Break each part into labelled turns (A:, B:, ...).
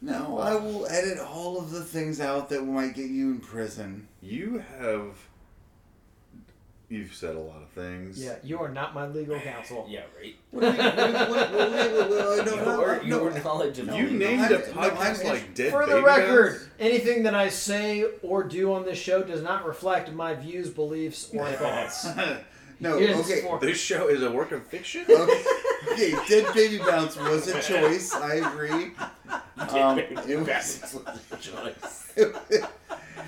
A: No, I will edit all of the things out that might get you in prison.
B: You have. You've said a lot of things.
C: Yeah, you are not my legal counsel.
D: Yeah, right.
A: What do you- what do you- what- what- what- what- no,
D: your,
A: no, no,
D: your
A: no.
D: knowledge of
A: No,
B: You
A: no,
B: named
A: I'm-
B: a
A: no, I'm
B: podcast like
A: in-
B: Dead
C: For the
B: Baby
C: record,
B: Bounce?
C: anything that I say or do on this show does not reflect my views, beliefs, or thoughts.
A: no,
C: You're just
A: okay.
C: for-
B: This show is a work of fiction?
A: okay. Okay, Dead Baby Bounce was a choice. I agree. Um, it, was,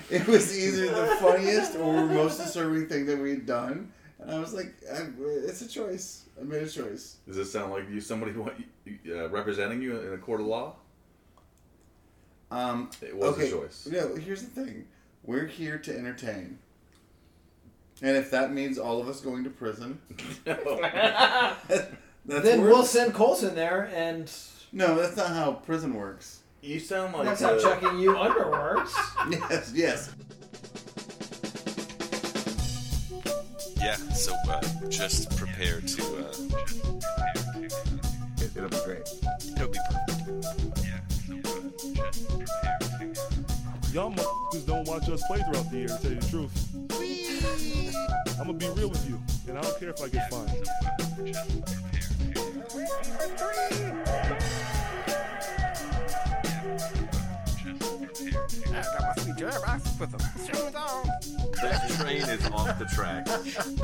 A: it was either the funniest or most disturbing thing that we had done. And I was like, I, it's a choice. I made a choice.
B: Does this sound like you somebody want, uh, representing you in a court of law?
A: Um,
B: It was
A: okay.
B: a choice.
A: No, here's the thing. We're here to entertain. And if that means all of us going to prison, that's
C: then
A: where-
C: we'll send Colson there, and
A: No, that's not how prison works.
B: you sound like
C: that's
B: uh,
C: how checking you under works.
A: Yes, yes.
E: Yeah, so uh, just prepare to. Uh,
A: It, will be great.
E: it'll be perfect. Yeah, so uh, just prepare to.
F: Y'all motherfuckers don't watch us play throughout the year, to tell you the truth. I'm gonna be real with you, and I don't care if I get fined.
E: That train is off the track.
G: I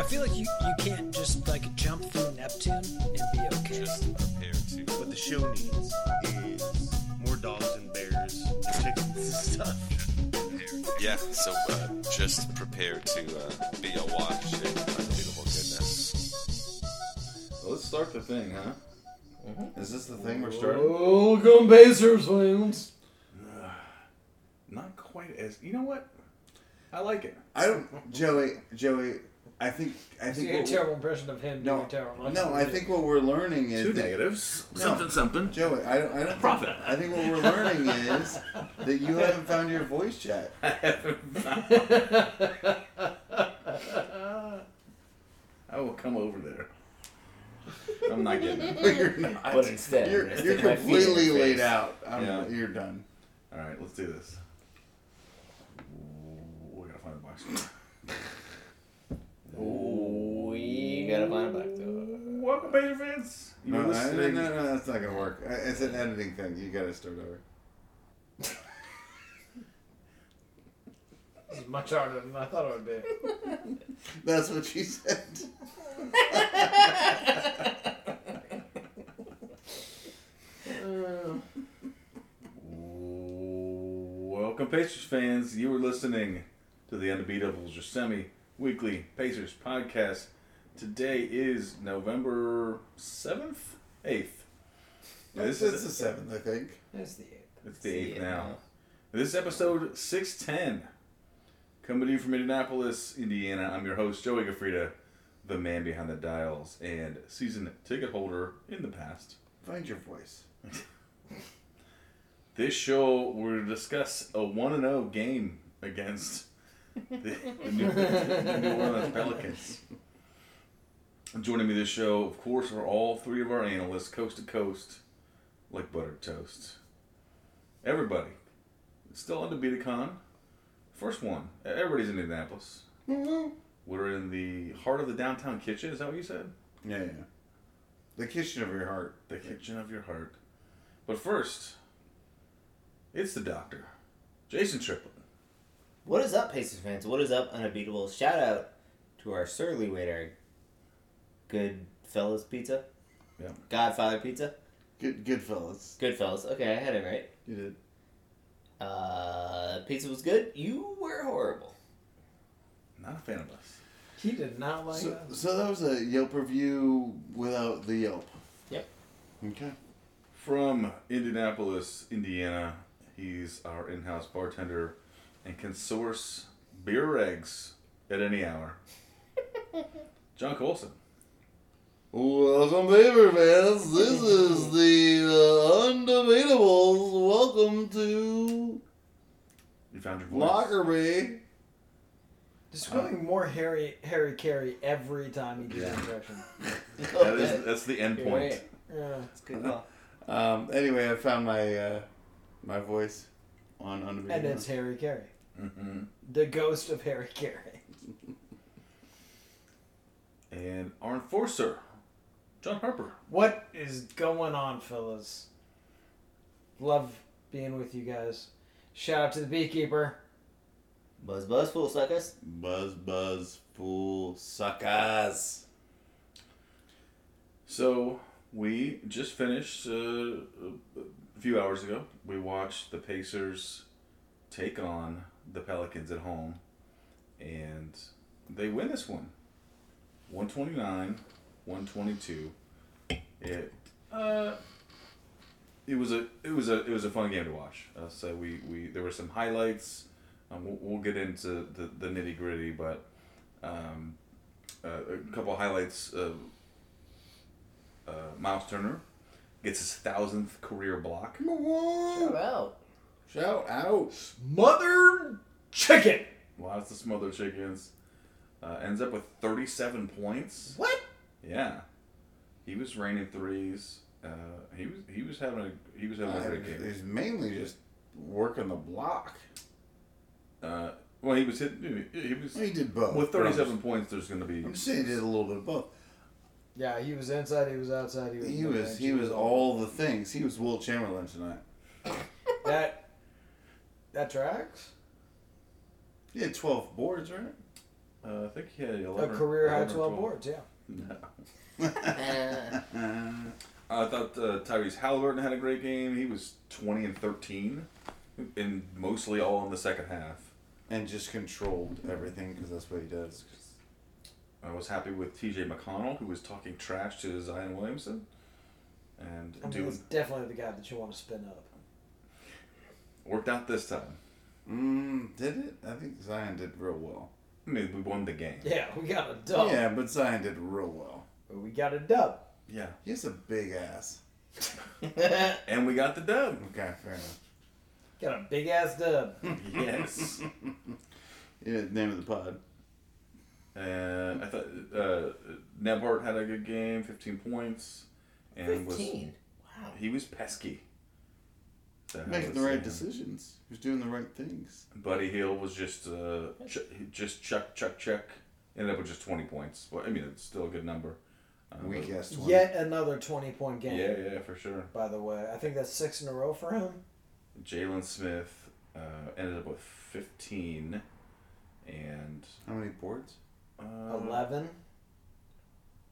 G: feel like you, you can't just like jump through Neptune and be okay.
E: Just prepare to.
H: What the show needs is more dogs and bears and chickens and stuff.
E: Yeah, so uh, just prepare to uh, be a uh, watch to unbelievable goodness.
B: Let's start the thing, huh?
A: Is this the thing we're starting?
C: Welcome, Pacers fans.
B: Not quite as. You know what? I like it.
A: I don't, Joey. Joey, I think I
C: So
A: think what
C: you get a
A: we're-
C: terrible impression of him.
A: no,
C: doing terrible.
A: no. I think what we're learning is
B: Two
A: that-
B: negatives.
A: No.
B: Something, something.
A: Joey, I don't. I don't.
B: Profit.
A: I think what we're learning is that you haven't found your voice yet.
B: I will come over there. I'm not getting it.
A: You're not.
D: But instead,
A: you're,
D: I
A: you're
D: stick my feet in your
A: completely laid
D: face.
A: out. i
B: Yeah.
A: You're done.
B: All right, let's do this. We gotta find a box.
D: We gotta find a black dog.
B: Welcome, Pager fans. You
A: No,
B: were
A: no, no,
B: listening.
A: no, no, that's not gonna work. I- It's an editing thing. You gotta start over.
C: This is much harder than I thought it would be.
A: That's what she said.
B: Welcome, Pacers fans. You were listening to the Unbeatables Yosemite Weekly Pacers Podcast. Today is November 7th? 8th.
A: This is the seventh, I think.
C: That's the eighth.
B: It's the 8th now. This is episode 610. Coming to you from Indianapolis, Indiana. I'm your host, Joey Gafrida, the man behind the dials and season ticket holder in the past.
A: Find your voice.
B: This show will discuss a 1 and 0 game against the, the New, the New Orleans Pelicans. Joining me this show, of course, are all three of our analysts, coast to coast, like buttered toast. Everybody. It's still on to BetaCon. First one. Everybody's in Indianapolis. We're in the heart of the downtown kitchen. Is that what you said?
A: Yeah, yeah. The kitchen of your heart.
B: The kitchen of your heart. But first, it's the doctor, Jason Triplett.
D: What is up, Pacers fans? What is up, Unbeatable? Shout out to our surly waiter, Good Fellas Pizza.
B: Yeah.
D: Godfather Pizza.
A: Good, good fellas.
D: Good Fellas. Okay, I had it right.
A: You did.
D: Uh, pizza was good. You were horrible.
B: Not a fan of us.
C: He did not like
A: So, uh,
C: us.
A: so that was a Yelp review without the Yelp.
D: Yep.
A: Okay.
B: From Indianapolis, Indiana, he's our in house bartender and can source beer regs at any hour. John Colson.
A: Welcome, paper fans. This is the uh, Undebatable's. Welcome to
B: You found your voice.
A: Lockerbie.
C: Just going more Harry Harry Carey every time he gives an impression.
B: That is, that's the end point.
D: Right.
C: Yeah.
D: It's good. Well,
A: Um, anyway, I found my uh, My voice on Unbeatable.
C: and it's Harry Carey,
B: Mm-hmm.
C: the ghost of Harry Carey.
B: And our enforcer, John Harper.
C: What is going on, fellas? Love being with you guys. Shout out to the beekeeper.
D: Buzz, buzz, fool, suckers.
A: Buzz, buzz, fool, suckers.
B: So we just finished uh, a a few hours ago. We watched the Pacers take on the Pelicans at home, and they win this one, one twenty nine, one twenty two. It uh, it was a it was a it was a fun game to watch. Uh, so we, we there were some highlights. Um, we'll, we'll get into the, the nitty gritty, but um, uh, a couple highlights. Uh, uh, Miles Turner gets his thousandth career block.
D: Shout out.
A: Shout out.
C: Mother chicken.
B: Lots of smothered chickens. Uh, ends up with 37 points.
C: What?
B: Yeah, he was raining threes. Uh, he was he was having a he was having a great
A: Uh,
B: game.
A: He's mainly just working the block.
B: Uh, well, he was hitting. He was
A: He did both.
B: with 37 points. There's going to be
A: I'm saying he did a little bit of both.
C: Yeah, he was inside. He was outside. He was.
A: He was he was all the things. He was Will Chamberlain tonight.
C: that. That tracks.
A: He had twelve boards, right?
B: uh, I think he had 11
C: A
B: or-
C: career high
B: 11 or
C: twelve boards. Yeah.
B: No.
D: Eh.
B: I thought uh, Tyrese Halliburton had a great game. He was 20 and 13, and mostly all in the second half.
A: And just controlled everything because that's what he does.
B: I was happy with T.J. McConnell, who was talking trash to Zion Williamson, and
C: I mean,
B: doing
C: he's definitely the guy that you want to spin up.
B: worked out this time.
A: Mm, did it? I think Zion did real well.
B: I mean, we won the game.
C: Yeah, we got a dub.
A: Yeah, but Zion did real well.
C: But we got a dub.
B: Yeah,
A: He has a big ass.
B: and we got the dub.
A: Okay, fair enough.
C: Got a big ass dub.
B: yes,
A: Yeah, name of the pod.
B: and I thought uh, Nembhard had a good game, 15 points, and
D: Fifteen.
B: was he was pesky. So I
A: Making
B: was
A: the right
B: saying,
A: decisions. He was doing the right things.
B: Buddy Hill was just uh, ch- just chuck chuck chuck. Ended up with just 20 points. Well, I mean, it's still a good number. Uh, but-
A: Weak ass twenty.
C: Yet another twenty point game.
B: Yeah, yeah, for sure.
C: By the way, I think that's six in a row for him.
B: Jalen Smith uh, ended up with 15 and
A: How many boards?
B: uh,
C: 11.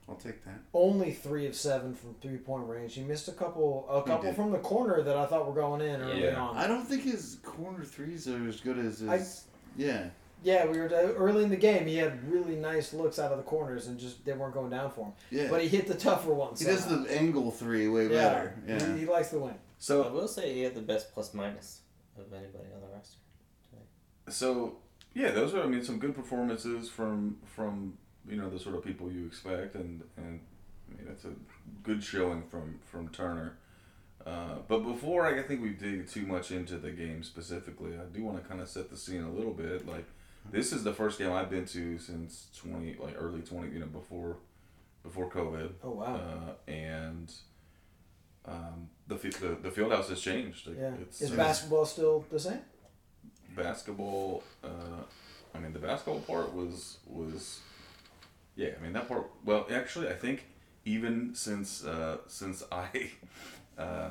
A: I'll take that.
C: Only three of seven from three point range. He missed a couple, a couple
A: did.
C: from the corner that I thought were going in early
B: Yeah.
C: on.
A: I don't think his corner threes are as good as his.
C: I-
A: yeah,
C: yeah, we were uh, early in the game. He had really nice looks out of the corners, and just they weren't going down for him.
A: yeah.
C: But he hit the tougher ones.
A: he does
C: somehow.
A: the angle three way
C: yeah.
A: better. Yeah.
C: He, he likes the win.
D: I
B: So
D: will say he had the best plus minus of anybody on the roster.
B: so yeah, those are I mean some good performances from from you know the sort of people you expect and and I mean that's a good showing from from Turner. Uh, but before I think we dig too much into the game specifically, I do want to kind of set the scene a little bit. Like this is the first game I've been to since twenty like early twenty you know before before COVID.
C: Oh wow.
B: uh, and um, the, fi- the the field house has changed. Like,
C: yeah.
B: it's,
C: Is
B: uh,
C: basketball still the same?
B: basketball. Uh, I mean, the basketball part was was yeah. I mean that part. Well, actually, I think even since uh, since I uh,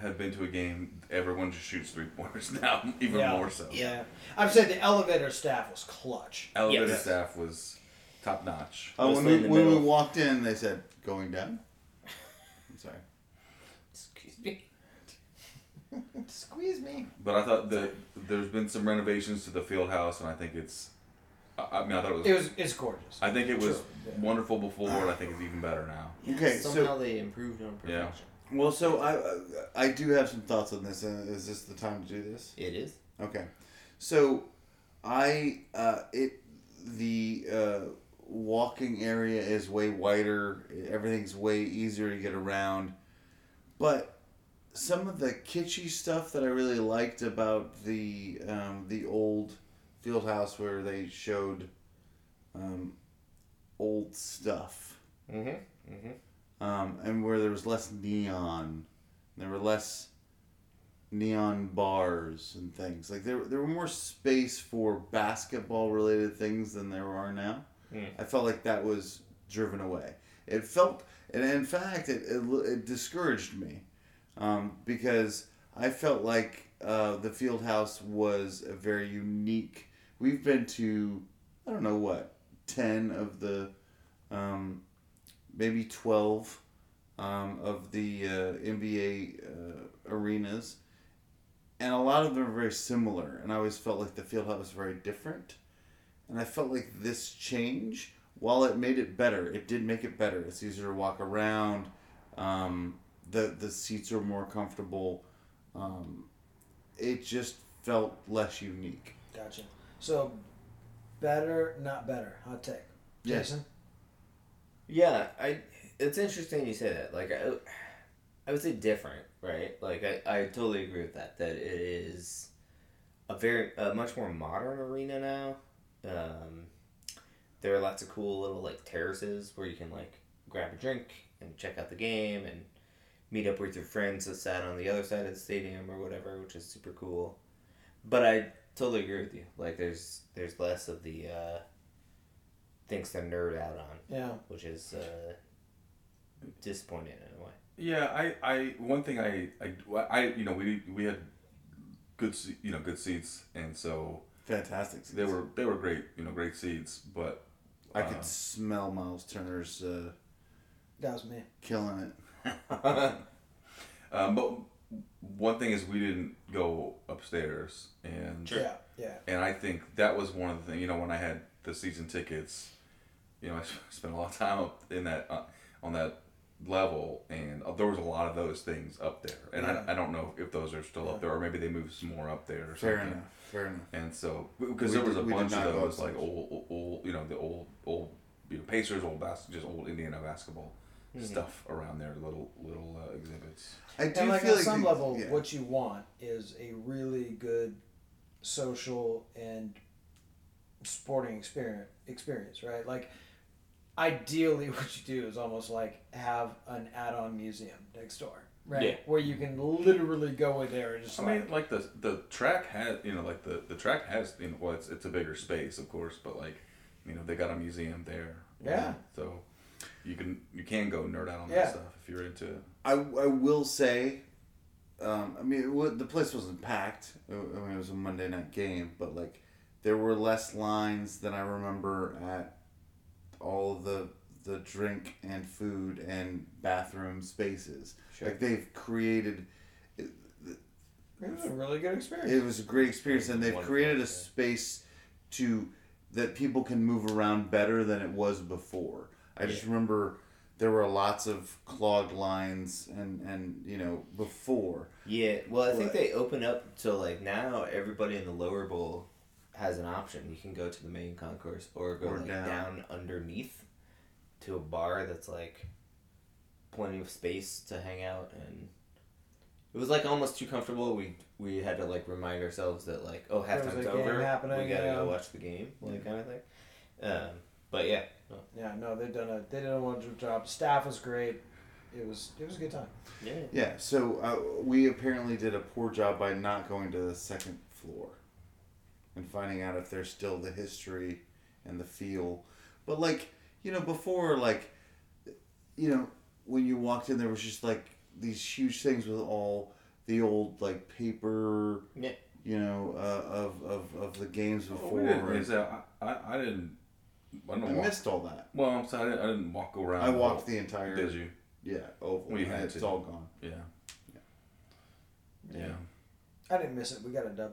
B: had been to a game, everyone just shoots three pointers now, even
C: Yeah.
B: more so.
C: Yeah. I've said the elevator staff was clutch.
B: Elevator
D: Yes.
B: staff was top notch.
A: Oh, when
D: Mostly in
A: we,
D: the
A: when we
D: middle.
A: walked in, they said going down. I'm sorry.
D: Excuse me.
C: Squeeze me.
B: But I thought that there's been some renovations to the field house, and I think it's. I, I mean, I thought it was
C: It was. It's gorgeous.
B: I think it was
C: True, yeah.
B: wonderful before, and I think it's even better now.
A: Okay, so-
D: Somehow they improved on
B: Yeah.
D: perfection.
A: Well, so I I do have some thoughts on this. and Is this the time to do this?
D: It is.
A: Okay, so I uh, it the uh, walking area is way wider. Everything's way easier to get around, but some of the kitschy stuff that I really liked about the um, the old field house where they showed um, old stuff.
D: Mm-hmm.
A: um, and where there was less neon, there were less neon bars and things. Like there, there were more space for basketball related things than there are now. I felt like that was driven away. It felt, and in fact, it, it, l- it discouraged me um, because I felt like uh, the field house was a very unique. We've been to, I don't know what, 10 of the, um, maybe 12 um, of the uh, NBA uh, arenas, and a lot of them are very similar. And I always felt like the field house was very different. And I felt like this change, while it made it better, it did make it better. It's easier to walk around. Um, the the seats are more comfortable. Um, it just felt less unique.
C: Gotcha. So, better, not better. Hot take.
A: Yeah.
C: Jason?
D: Yeah, I. It's interesting you say that. Like, I, I would say different, right? Like, I, I totally agree with that. That it is a very a much more modern arena now. Um, there are lots of cool little like terraces where you can like grab a drink and check out the game and meet up with your friends that sat on the other side of the stadium or whatever, which is super cool. But I totally agree with you. Like, there's there's less of the uh, things to nerd out on
C: Yeah.
D: which is uh, disappointing in a way.
B: Yeah, I, I one thing I, I, I you know we we had good se- you know good seats and so
A: Fantastic. seats.
B: they were they were great you know great seats but
A: I could
B: uh,
A: smell Miles Turner's uh,
C: That was me.
A: killing it.
B: um, but one thing is we didn't go upstairs and
C: Yeah. Yeah.
B: and I think that was one of the things you know when I had the season tickets you know I spent a lot of time up in that uh, on that level and uh, there was a lot of those things up there and I, I don't know if those are still up there or maybe they moved some more up there or
A: Fair
B: something.
A: enough. Fair enough.
B: And so, because
A: We
B: there was
A: did-
B: a
A: we did
B: bunch of
A: not go
B: those, like
A: upstairs.
B: old, old- old, you know, the old, old, you know, Pacers, old bas- just old Indiana basketball stuff around there, little, little uh, exhibits.
A: I do
C: and like
A: feel
C: on
A: like
C: some
A: the-
C: level,
A: yeah.
C: what you want is a really good social and sporting experience. Experience, right? Like, ideally, what you do is almost like have an add-on museum next door, right?
D: Yeah.
C: Where you can literally go in there and just
B: I
C: like,
B: mean, like the the track had, you know, like the the track has, you know, well, it's it's a bigger space, of course, but like, you know, they got a museum there.
C: Yeah.
B: So, you can you can go nerd out on
C: Yeah.
B: that stuff if you're into it.
A: I, I will say, um, I mean, it, wa- the place wasn't packed. I I mean, it was a Monday night game, but like, there were less lines than I remember at all of the the drink and food and bathroom spaces.
D: Sure.
A: Like they've created,
C: it was a really good experience.
A: it was a great experience, and they've
D: Wonderful,
A: created
D: yeah.
A: a space to that people can move around better than it was before. I just remember there were lots of clogged lines and and you know before.
D: Yeah, well, I think
A: What?
D: they open up to like now everybody in the lower bowl has an option. You can go to the main concourse or go
A: Or
D: like,
A: down.
D: down. underneath to a bar that's like plenty of space to hang out and. It was like almost too comfortable. We we had to like remind ourselves that like oh
C: There was
D: halftime's
C: a game
D: over.
C: happening,
D: we gotta
C: yeah.
D: go watch the game, like kind of thing. Um, but yeah, no.
C: yeah, no, they've done a they did a wonderful job. Staff was great. It was it was a good time.
D: yeah.
A: Yeah, so uh, we apparently did a poor job by not going to the second floor and finding out if there's still the history and the feel. But like, you know, before like you know, when you walked in there was just like these huge things with all the old like paper,
D: Yeah.
A: you know, uh, of, of of the games
B: Well,
A: before.
B: Oh, we didn't,
A: and
B: it's, uh, I, I, I didn't. I
A: I
B: don't walk,
A: missed all that.
B: Well, I'm sorry, I didn't, I didn't walk around.
A: I walked the entire
B: Oh. Did you?
A: yeah, oval.
B: We
A: and
B: had
A: it's
B: to.
A: all gone.
B: Yeah. Yeah.
C: I didn't miss it. We got a dub.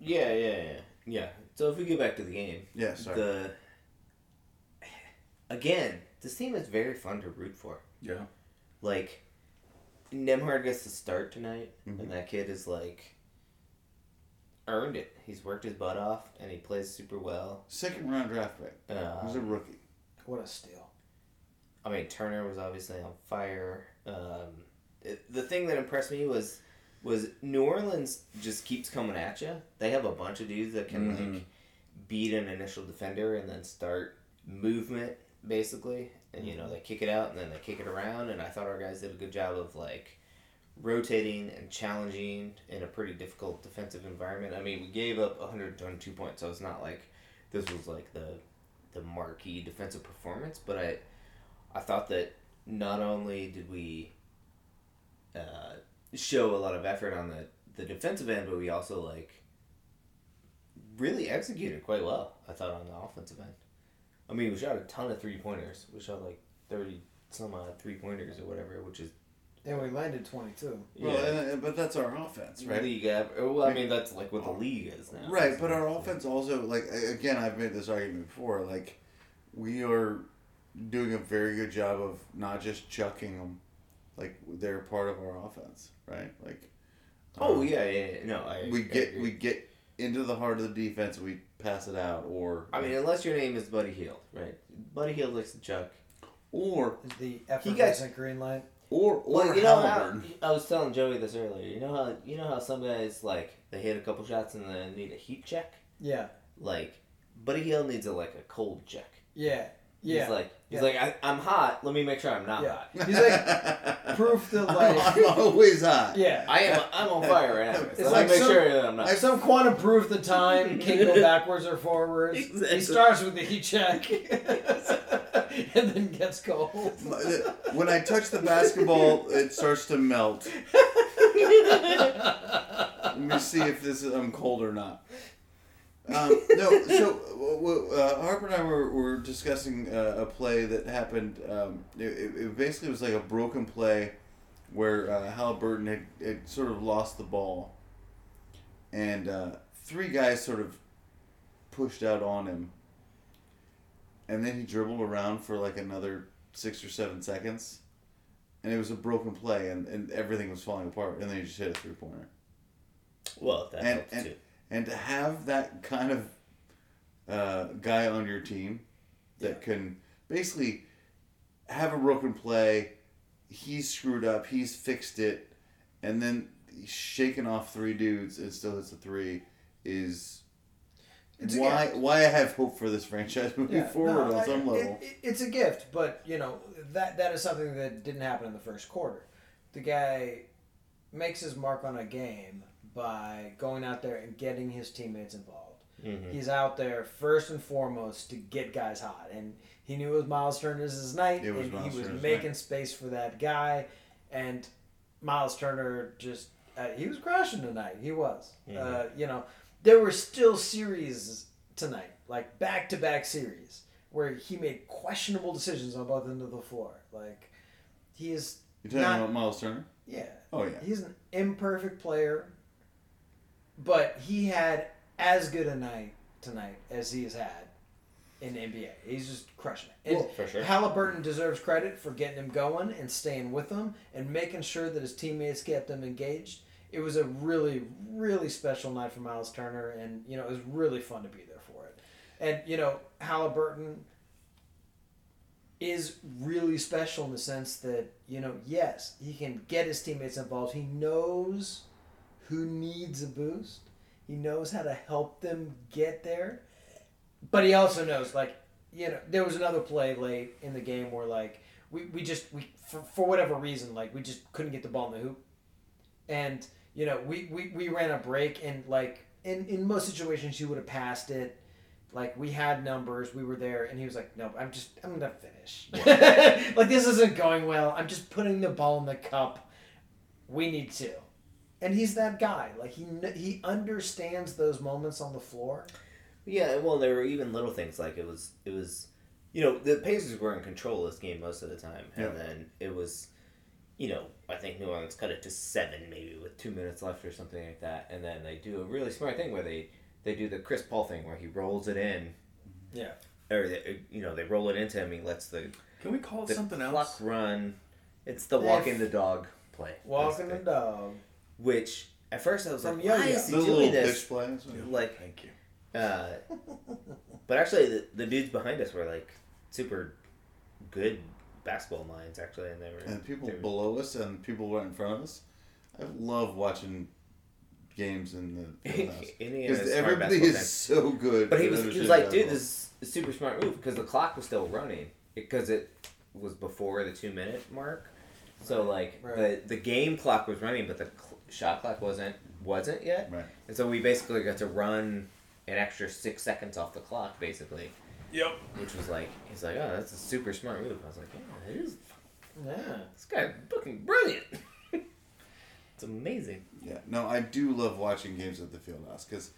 D: Yeah, yeah, yeah. Yeah. So if we get back to the game,
A: Yeah, sorry.
D: the again, this team is very fun to root for.
B: Yeah.
D: Like Nemhard gets to start tonight, and that kid is like earned it. He's worked his butt off, and he plays super well.
A: Second round draft pick.
D: Uh,
A: He's a rookie.
C: What a steal.
D: I mean, Turner was obviously on fire. Um, it- the thing that impressed me was was New Orleans just keeps coming at you. They have a bunch of dudes that can like beat an initial defender and then start movement basically, and you know they kick it out and then they kick it around. And I thought our guys did a good job of like rotating and challenging in a pretty difficult defensive environment. I mean, we gave up 122 points, so it's not like this was like the the marquee defensive performance, but I I thought that not only did we uh, show a lot of effort on the the defensive end, but we also like really executed quite well. I thought on the offensive end. I mean, we shot a ton of three pointers. We shot like thirty some odd three pointers or whatever, which is
C: And we landed 22.
A: Well, and- and- but that's our offense, right? Oh.
D: league average. Well, I mean, that's like what the league is now.
A: Right, but our offense also like a- again I've made this argument before like we are doing a very good job of not just chucking them like they're part of our offense, right? Like um,
D: Oh yeah, yeah, yeah. no, I,
A: we
D: I
A: get
D: agree.
A: we get into the heart of the defense, we pass it out or
D: I mean, unless your name is Buddy Heald, right? Buddy Heald likes to chuck.
A: or
C: Is the effervescent green light?
A: or or
D: Well, you know how,
A: Halliburton.
D: I was telling Joey this earlier. You know how you know how some guys like they hit a couple shots and then need a heat check.
C: Yeah.
D: Like Buddy Heald needs a like a cold check.
C: Yeah. Yeah.
D: He's like he's
C: Yeah.
D: like I, I'm hot. Let me make sure I'm not
C: yeah.
D: hot.
C: He's like proof that like
A: I'm always hot.
C: yeah.
D: I am I'm on fire right now.
A: It's
D: Let
C: like
D: me make
C: some-
D: sure that I'm not.
C: Like some quantum proof the time can go backwards or forwards.
D: Exactly.
C: He starts with the heat check and then gets cold.
A: When I touch the basketball, it starts to melt. Let me see if this is, I'm cold or not. Um, no, so w- w- uh, Harper and I were, were discussing uh, a play that happened. Um, it, it it basically was like a broken play where uh, Halliburton had, had sort of lost the ball, and uh, three guys sort of pushed out on him, and then he dribbled around for like another six or seven seconds, and it was a broken play, and, and everything was falling apart, and then he just hit a three pointer
D: well, that
A: and
D: helps
A: and,
D: too.
A: and to have that kind of uh, guy on your team that can basically have a broken play, he's screwed up, he's fixed it, and then he's shaking off three dudes and still hits a three is
C: It's a
A: why why I have hope for this franchise moving
C: Yeah,
A: forward
C: no,
A: on
C: I-
A: some
C: it-
A: level.
C: it- it's a gift, but you know that that is something that didn't happen in the first quarter. The guy makes his mark on a game by going out there and getting his teammates involved.
A: Mm-hmm.
C: He's out there first and foremost to get guys hot, and he knew it was Miles Turner's his night,
A: It was
C: and
A: Miles
C: he was
A: Turner's
C: making space for that guy, and Miles Turner just uh, he was crashing tonight. He was,
A: Mm-hmm.
C: uh, you know, there were still series tonight, like back to back series where he made questionable decisions on both ends of the floor. Like he is
A: You're talking
C: not-
A: about Miles Turner?
C: yeah.
A: Oh, yeah.
C: He's an imperfect player, but he had as good a night tonight as he has had in the NBA. He's just crushing it. And
D: Well, for sure.
C: Halliburton deserves credit for getting him going and staying with him and making sure that his teammates kept him engaged. It was a really, really special night for Miles Turner, and you know it was really fun to be there for it. And you know Halliburton is really special in the sense that you know yes he can get his teammates involved he knows who needs a boost he knows how to help them get there but he also knows like you know there was another play late in the game where like we, we just we for, for whatever reason like we just couldn't get the ball in the hoop and you know we we, we ran a break and like in in most situations you would have passed it like we had numbers we were there and he was like nope i'm just i'm gonna finish like this isn't going well i'm just putting the ball in the cup we need to and he's that guy like he kn- he understands those moments on the floor
D: Yeah, well, there were even little things like it was it was, you know, the Pacers were in control of this game most of the time,
A: Yeah.
D: and then it was, you know, I think New Orleans cut it to seven maybe with two minutes left or something like that, and then they do a really smart thing where they they do the Chris Paul thing where he rolls it in,
C: yeah
D: or they, you know they roll it into him, he lets the,
B: Can we call it
D: the
B: something
D: clock
B: else?
D: run. It's the walking
C: If-
D: the dog play,
C: walking the
D: basically.
C: dog
D: which at first I was
C: From
D: like, why
C: Yo-Yo.
D: is he
A: Those little
D: doing this?
A: pitch plays.
D: Like
B: Thank you.
D: uh, but actually, the, the dudes behind us were like super good basketball minds, actually, and they were
A: and people
D: they were-
A: below us and people right in front of us. I love watching games in the fieldhouse
D: Indiana
A: because
D: is smart
A: everybody
D: basketball
A: is
D: team.
A: so good.
D: But he
A: at
D: was, he was
A: understanding
D: like, dude,
A: basketball."
D: this is a super smart move because the clock was still running because it was before the two minute mark, So like
C: Right.
D: the the game clock was running, but the cl- shot clock wasn't wasn't yet.
A: Right.
D: And so we basically got to run an extra six seconds off the clock, basically,
B: Yep.
D: which was like he's like, oh, that's a super smart move. I was like, yeah, it is.
C: Yeah.
D: This guy's fucking brilliant. it's amazing.
A: Yeah, no, I do love watching games at the Fieldhouse because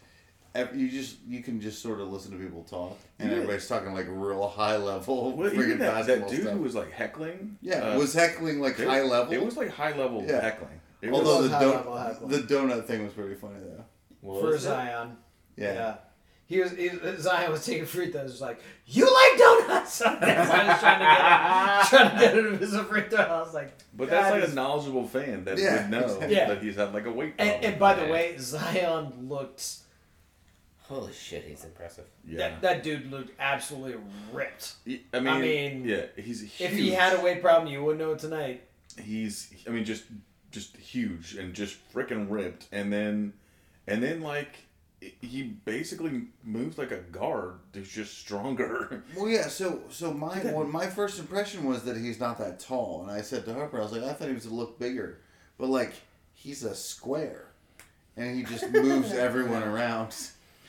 A: you just you can just sort of listen to people talk and
B: Yeah.
A: everybody's talking like real high level
B: Well,
A: friggin'
B: even that, that
A: basketball
B: dude
A: stuff.
B: who was like heckling.
A: yeah,
B: uh,
A: was heckling like
B: it-
A: high level.
B: It was like high level
A: Yeah.
B: heckling. It was-
A: Although
C: was
A: the,
C: high
A: don-
C: level heckling.
A: the donut thing was pretty funny though.
D: What
C: for
D: was it?
C: Zion.
A: Yeah.
C: He was, he, Zion was taking free throws. He's like, "You like donuts?" Zion was trying to get him, trying to get him as a free throw. I was like,
B: But
C: God,
B: that's like
C: this-
B: a knowledgeable fan that
A: Yeah,
B: would know
A: exactly.
C: Yeah.
B: that he's had like a weight problem.
C: and, and by the
D: yeah.
C: way, Zion looked.
D: Holy shit, he's impressive.
B: yeah,
C: That, that dude looked absolutely ripped.
B: He- I mean,
C: I mean,
B: yeah, he's huge.
C: If he had a weight problem, you wouldn't know it tonight.
B: he's I mean just just huge and just freaking ripped, and then and then like he basically moves like a guard who's just stronger.
A: Well, yeah. So, so my one, my first impression was that he's not that tall, and I said to Harper, I was like, I thought he was to look bigger, but like he's a square, and he just moves everyone around.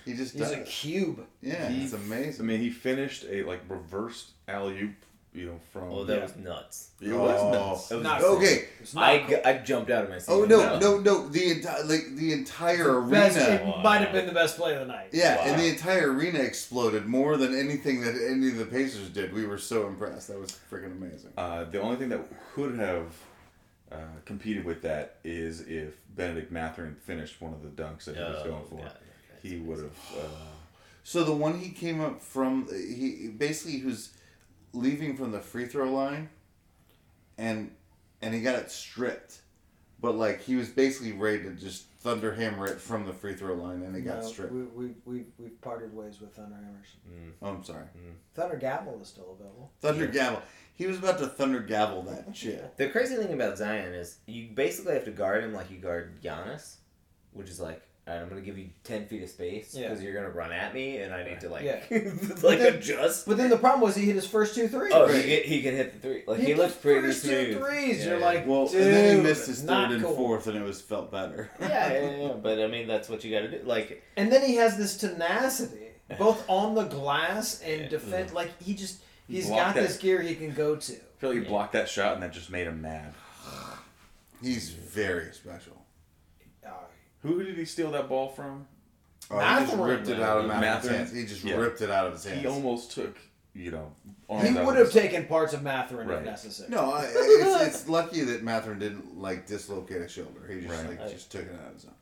A: He just
C: He's
A: does.
C: a cube.
A: yeah,
B: He-
A: it's
B: I
A: amazing.
B: mean, he finished a like reversed alley oop, you know, from
D: Oh, that
C: Yeah.
D: was nuts.
B: it was
A: Oh.
B: nuts. It was
C: Not
B: nuts.
C: Ah, cool.
A: Okay.
C: It's
D: I,
C: not
D: g- I jumped out of my seat.
A: Oh no, no, no! The entire like the entire
C: the best, it
A: arena.
C: might have been the best play of the night.
A: Yeah,
D: Wow.
A: and the entire arena exploded more than anything that any of the Pacers did. We were so impressed. That was freaking amazing.
B: Uh, the only thing that could have uh, competed with that is if Benedict Matherin finished one of the dunks that he was
D: Oh,
B: going for.
D: God.
B: he would have. Uh,
A: So the one he came up from, he basically he was leaving from the free throw line, and and he got it stripped, but like he was basically ready to just thunder hammer it from the free throw line, and it got
C: No,
A: stripped.
C: We, we, we, we've parted ways with Thunder Hammers.
A: Oh, I'm sorry,
C: Thunder Gavel is still available.
A: thunder gavel. He was about to thunder gavel that shit.
D: The crazy thing about Zion is you basically have to guard him like you guard Giannis, which is like, all right, I'm going to give you 10 feet of space
C: Yeah.
D: because you're going to run at me and I need to like,
C: Yeah.
D: like
C: then-
D: adjust.
C: But then the problem was he hit his first two threes.
D: Oh,
A: Right.
D: he, get, he can hit the three. Like
C: He
D: he,
C: hit the
D: looks pretty
C: first two
D: smooth.
C: threes,
D: Yeah,
C: you're
D: yeah.
C: like-
A: Well, and then he
C: Dude,
A: missed his
C: not
A: third and
C: cool.
A: fourth, and it was felt better.
D: yeah, yeah, yeah, But I mean, that's what you got to do. Like,
C: And then he has this tenacity, both on the glass and defend. Like he just, he's
B: Block
C: got
B: that.
C: this gear he can go to.
B: I feel like he blocked that shot and that just made him mad.
A: He's very special.
B: Who did he steal that ball from?
A: Oh, he just
C: Matherin.
A: ripped it out of Matherin's
B: Matherin.
A: hands. He just
B: Yeah.
A: ripped it out of his hands.
B: He almost took, you know,
C: he
B: arms out
C: would
B: of
C: have
B: his-
C: taken parts of Matherin
B: Oh, Right.
C: if necessary.
A: No, I, it's, it's lucky that Matherin didn't like dislocate a shoulder. He just
B: Right.
A: like just took it out of his own.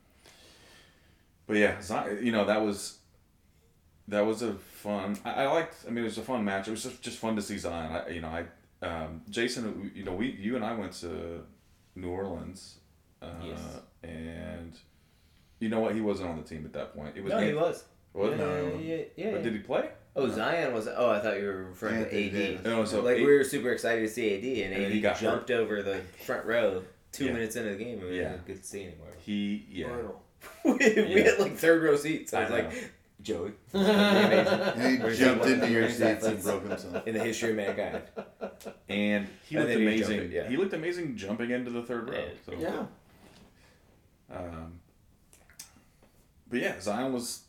B: But yeah, Zion, you know that was that was a fun. I, I liked. I mean, it was a fun match. It was just, just fun to see Zion. I, you know, I um, Jason. You know, we you and I went to New Orleans. Uh,
D: Yes.
B: And you know what? He wasn't on the team at that point. It was.
D: no, he
B: Ant-
D: was.
B: was-
D: Yeah,
B: no.
D: yeah, yeah, yeah,
B: But
D: yeah.
B: did he play?
D: Oh, Zion was. Oh, I thought you were referring
A: Anthony
D: to
A: Davis.
D: AD.
B: No, so
D: like
B: A-
D: we were super excited to see AD, and,
B: And
D: AD
B: he got
D: jumped over the front row two
B: Yeah.
D: minutes into the game, and we
B: Yeah.
D: didn't get to see anymore.
B: He yeah.
C: Brutal.
D: we
B: Yeah.
D: had like third row seats. I was
B: I
D: like,
B: know.
D: Joey.
A: And he jumped into your seats and broke himself.
D: In the history of mankind.
B: And he
D: And
B: looked
D: then he
B: amazing.
D: jumped it, yeah.
B: He looked amazing jumping into the third row.
D: Yeah.
B: So,
C: Yeah.
B: Um, but yeah, Zion was.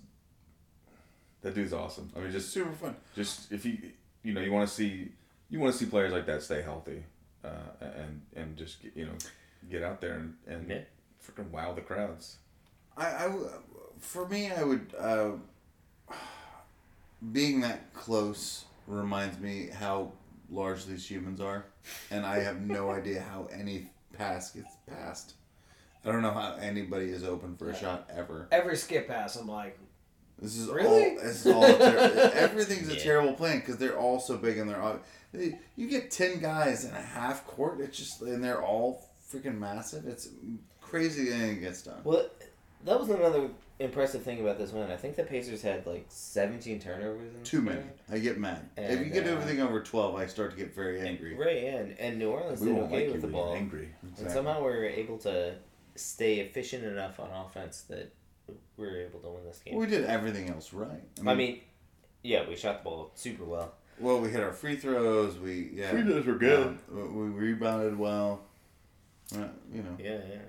B: That dude's awesome. I mean, just
A: Super fun.
B: just if you you know you want to see you want to see players like that stay healthy uh, and and just get, you know get out there and and
D: Yeah.
B: freaking wow the crowds
A: I, I w- for me, I would uh, being that close reminds me how large these humans are, and I have no idea how any pass gets passed. I don't know how anybody is open for a shot ever.
C: Every skip pass, I'm like,
A: This is
C: Really?
A: all. This is all. a Ter- everything's a
D: Yeah.
A: terrible plan because they're all so big and they're all. They, you get ten guys in a half court. It's just and they're all freaking massive. It's crazy that anything gets done.
D: Well, that was another impressive thing about this win. I think the Pacers had like 17 turnovers. In
A: Too
D: this
A: many.
D: game.
A: I get mad. if
D: And,
A: you get
D: uh,
A: everything over twelve, I start to get very angry.
D: Right, yeah, and, and New Orleans
B: we
D: did
B: won't
D: okay
B: like you
D: with the
B: when
D: ball.
B: you're angry
D: And
A: Exactly.
D: somehow we were able to stay efficient enough on offense that we were able to win this game.
A: Well, we did everything else right.
D: I mean, yeah, we shot the ball super well.
A: well, we hit our free throws. We yeah,
B: Free throws were good.
A: Um, we rebounded well. Uh, you know,
D: Yeah, yeah.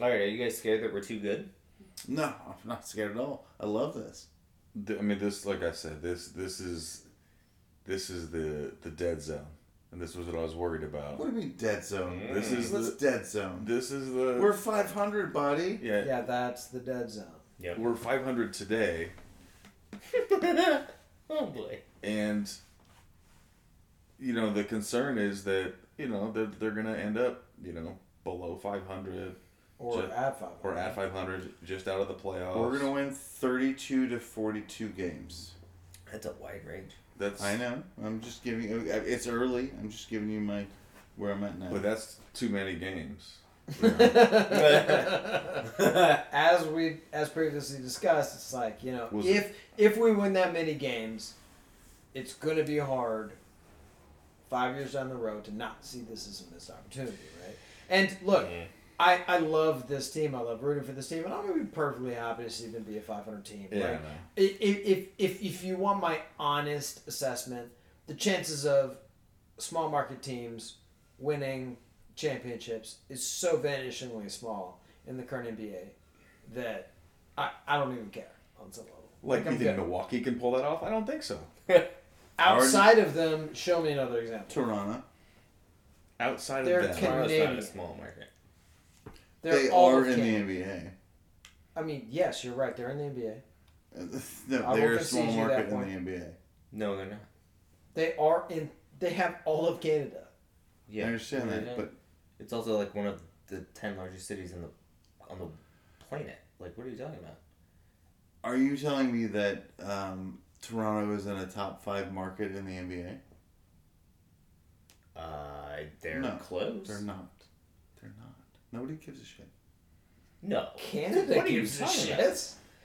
D: All right, are you guys scared that we're too good?
A: no, I'm not scared at all. I love this.
B: Th- I mean, this, like I said, this, this is, this is the the dead zone, and this was what I was worried about.
A: What do you mean dead zone?
D: Mm.
B: This is
A: What's
B: the-
A: dead zone?
B: This is the
A: We're 500, buddy.
B: yeah,
C: Yeah, that's the dead zone.
D: Yep.
B: we're 500 today,
D: Oh boy.
B: and you know the concern is that you know they're, they're gonna end up you know below 500
C: Or
B: Ju-
C: at five.
B: or at 500 just out of the playoffs.
A: We're gonna win 32 to 42 games.
D: That's a wide range.
B: That's
A: I know. I'm just giving you. It's early. I'm just giving you my where I'm at now.
B: But that's too many games.
C: As we as previously discussed, it's like, you know,
B: Was
C: if if we win that many games, it's gonna be hard five years down the road to not see this as a missed opportunity, right? And look,
D: Yeah.
C: I, I love this team. I love rooting for this team, and I'm gonna be perfectly happy to see them be a 500 team.
B: Yeah,
C: Like,
B: I know.
C: if, if if if you want my honest assessment, the chances of small market teams winning championships is so vanishingly small in the current NBA that I, I don't even care on some level.
B: Like,
C: I'm
B: you think
C: good.
B: Milwaukee can pull that off? I don't think so.
C: outside of them, show me another example.
A: Toronto.
B: Outside
C: They're
B: of that,
C: Can-
D: Tomorrow's not
C: Canadian.
D: a small market.
C: They're
A: They
C: all
A: are
C: of
A: in
C: Canada.
A: the NBA.
C: I mean, yes, you're right. They're in the NBA.
A: no,
C: will
A: they're a
C: concede
A: small
C: you
A: market
C: that
A: in
C: point.
A: the NBA.
D: No, they're not.
C: They are in. They have all of Canada.
D: Yeah,
A: I understand
D: Yeah,
A: that,
D: yeah.
A: but
D: it's also like one of the ten largest cities in the on the planet. Like, what are you talking about?
A: are you telling me that um, Toronto is in a top five market in the NBA?
D: Uh, they're
A: No,
D: close.
A: They're not. They're not. Nobody gives a shit.
D: No,
C: Canada
D: What are you
C: gives a
D: talking
C: shit.
D: about?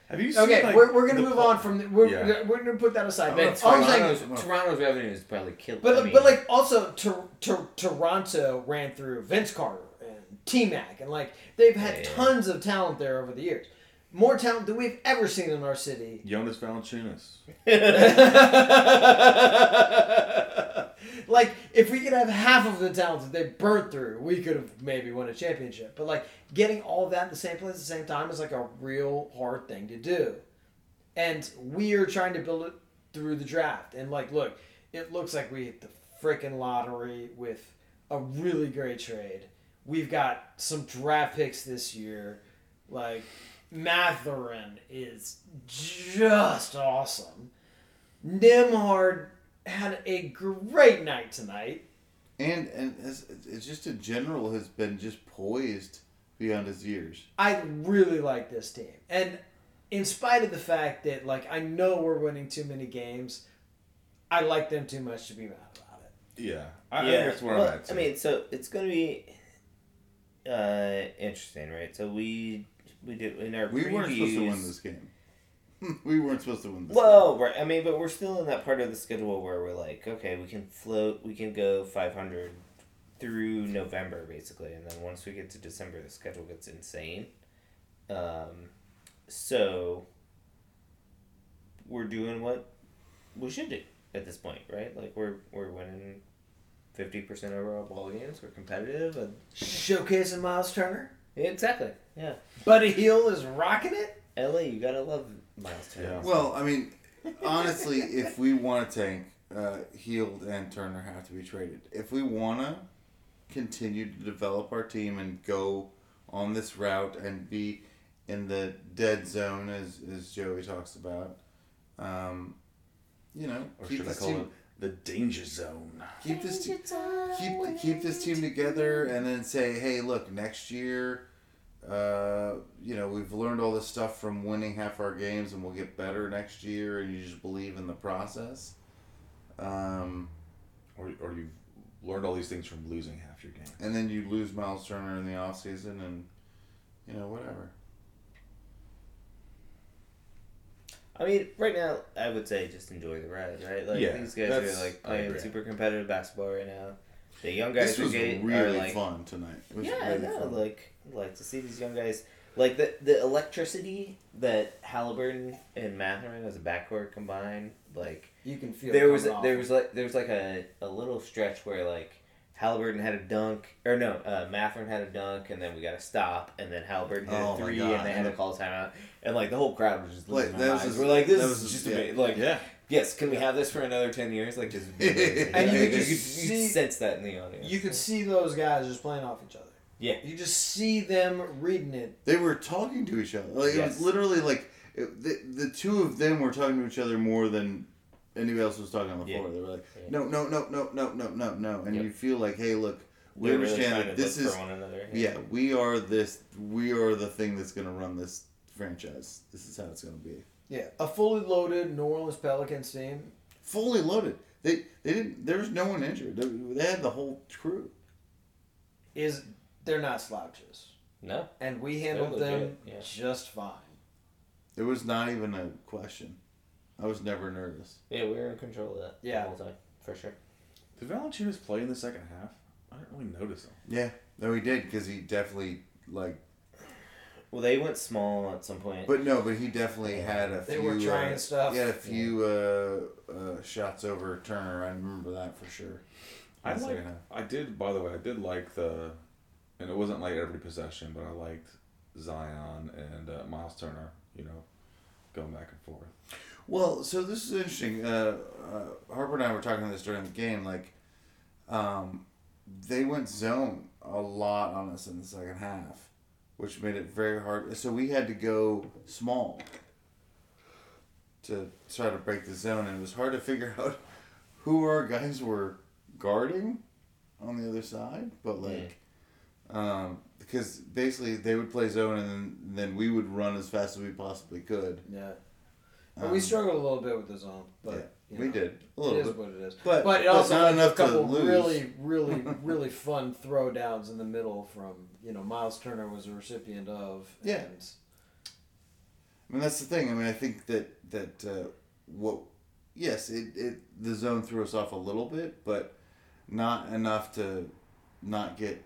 B: have you seen?
C: Okay,
B: like,
C: we're, we're gonna
B: the
C: move
B: pl-
C: on from. The, we're
B: Yeah.
C: we're gonna put that aside.
D: I mean,
C: But all I'm saying-
D: Toronto's, Toronto's revenue is probably killed.
C: But
D: I mean,
C: but like also Tor- Tor- Toronto ran through Vince Carter and T Mac and like they've had
D: Yeah.
C: tons of talent there over the years, more talent than we've ever seen in our city.
B: Jonas Valanciunas.
C: like if we could have half of the talent that they burnt through, we could have maybe won a championship. But like getting all of that in the same place at the same time is like a real hard thing to do. And we are trying to build it through the draft. And like, look, it looks like we hit the freaking lottery with a really great trade. We've got some draft picks this year. Like Matherin is just awesome. Nimhard had a great night tonight.
A: And and it's, it's just in general has been just poised beyond his years.
C: I really like this team. And in spite of the fact that like I know we're winning too many games, I like them too much to be mad about it.
B: Yeah, I, I
D: yeah.
B: think that's where
D: Well,
B: I'm at. Too.
D: I mean, so it's gonna be uh interesting, right? So we we did in our
A: We weren't supposed to win
D: previews-
A: this game. we weren't supposed to win this. game.
D: Well, right. I mean, but we're still in that part of the schedule where we're like, okay, we can float, we can go 500 through November, basically. And then once we get to December, the schedule gets insane. Um, so we're doing what we should do at this point, right? Like, we're, we're winning 50% of our ball games, we're competitive. And...
C: Showcasing Miles Turner.
D: Yeah, exactly. Yeah.
C: Buddy Hill is rocking it.
D: LA, you gotta love Miles Turner.
A: Well, I mean, honestly, if we want to tank, uh, Heald and Turner have to be traded. If we want to continue to develop our team and go on this route and be in the dead zone, as, as Joey talks about, um, you know,
B: or
A: keep
B: should I
A: this,
B: call
A: team,
B: it the danger zone?
A: keep, this te- keep, keep this team together and then say, hey, look, next year. Uh, you know, we've learned all this stuff from winning half our games, and we'll get better next year. And you just believe in the process. Um,
B: Or, or you've learned all these things from losing half your game.
A: and then you lose Miles Turner in the offseason and you know whatever.
D: I mean, right now, I would say just enjoy the ride, right? Like
B: Yeah,
D: these guys
B: that's-
D: are like
B: I
D: playing
B: agree.
D: super competitive basketball right now. The young guys
A: this was
D: are getting are
A: really
D: like,
A: fun tonight. It was
D: yeah, I
A: really
D: know.
A: fun.
D: Like, like to see these young guys, like the the electricity that Halliburton and Matherin as a backcourt combined, like
C: You can feel
D: there
C: it
D: was
C: coming off
D: there
C: him.
D: was like there was like a, a little stretch where like Halliburton had a dunk, or no, uh, Matherin had a dunk, and then we got a stop, and then Halliburton had
A: Oh,
D: a
A: my
D: three,
A: God.
D: and they had to call a timeout, and like the whole crowd was just
A: Like,
D: losing
A: that
D: their
A: was
D: minds.
A: just-
D: We're like, this
A: that
D: is
A: was just-
D: just, amazing.
A: yeah.
D: Like,
B: Yeah.
D: yes, can we have this for another ten years? Like, just
A: And
D: and
C: you
D: you,
C: could
D: could, you could
C: see-
D: sense that in the audience.
C: You could see those guys just playing off each other.
D: Yeah.
C: You just see them reading it.
A: They were talking to each other. Like, It
D: Yes.
A: was literally like it, the, the two of them were talking to each other more than anybody else was talking on the
D: Yeah.
A: floor. They were like,
D: Yeah.
A: no, no, no, no, no, no, no, no. And
D: Yep.
A: you feel like, hey, look, we
D: We're really
A: understand
D: trying
A: that
D: to
A: this
D: look
A: is
D: for one another.
A: yeah, we are this. We are the thing that's going to run this franchise. This is how it's going to be.
C: Yeah. A fully loaded New Orleans Pelicans team.
A: Fully loaded. They they didn't. There was no one injured. They, they had the whole crew.
C: is they're not slouches,
D: No.
C: and we handled
D: They're
C: them
D: legit, yeah.
C: just fine.
A: It was not even a question. I was never nervous.
D: Yeah, we were in control of that.
C: Yeah.
D: The whole time, for sure.
B: Did Valanciunas play in the second half? I didn't really notice him.
A: Yeah, no, he did because he definitely like.
D: Well, they went small at some point.
A: But no, but he definitely had a
C: They
A: few.
C: were trying
A: uh,
C: stuff.
A: He had a few uh, uh, shots over Turner. I remember that for sure.
B: I
A: That's
B: like.
A: second half.
B: I did. By the way, I did like the, and it wasn't like every possession, but I liked Zion and uh, Miles Turner. You know, going back and forth.
A: Well, so this is interesting. Uh, uh, Harper and I were talking about this during the game. Like, um, they went zone a lot on us in the second half, which made it very hard. So we had to go small to try to break the zone, and it was hard to figure out who our guys were guarding on the other side. But like, um, because basically they would play zone, and then, then we would run as fast as we possibly could.
C: Yeah, and we
A: Um,
C: struggled a little bit with the zone, but you
A: we
C: know,
A: did a
C: It
A: little
C: is
A: bit.
C: what it is.
A: But-
C: but it
A: but
C: also
A: not
C: led to
A: enough
C: a
A: to
C: couple
A: lose.
C: really, really, really fun throwdowns in the middle from you know Miles Turner was a recipient of.
A: Yeah.
C: and
A: I mean, that's the thing. I mean, I think that that uh, what yes, it, it the zone threw us off a little bit, but not enough to not get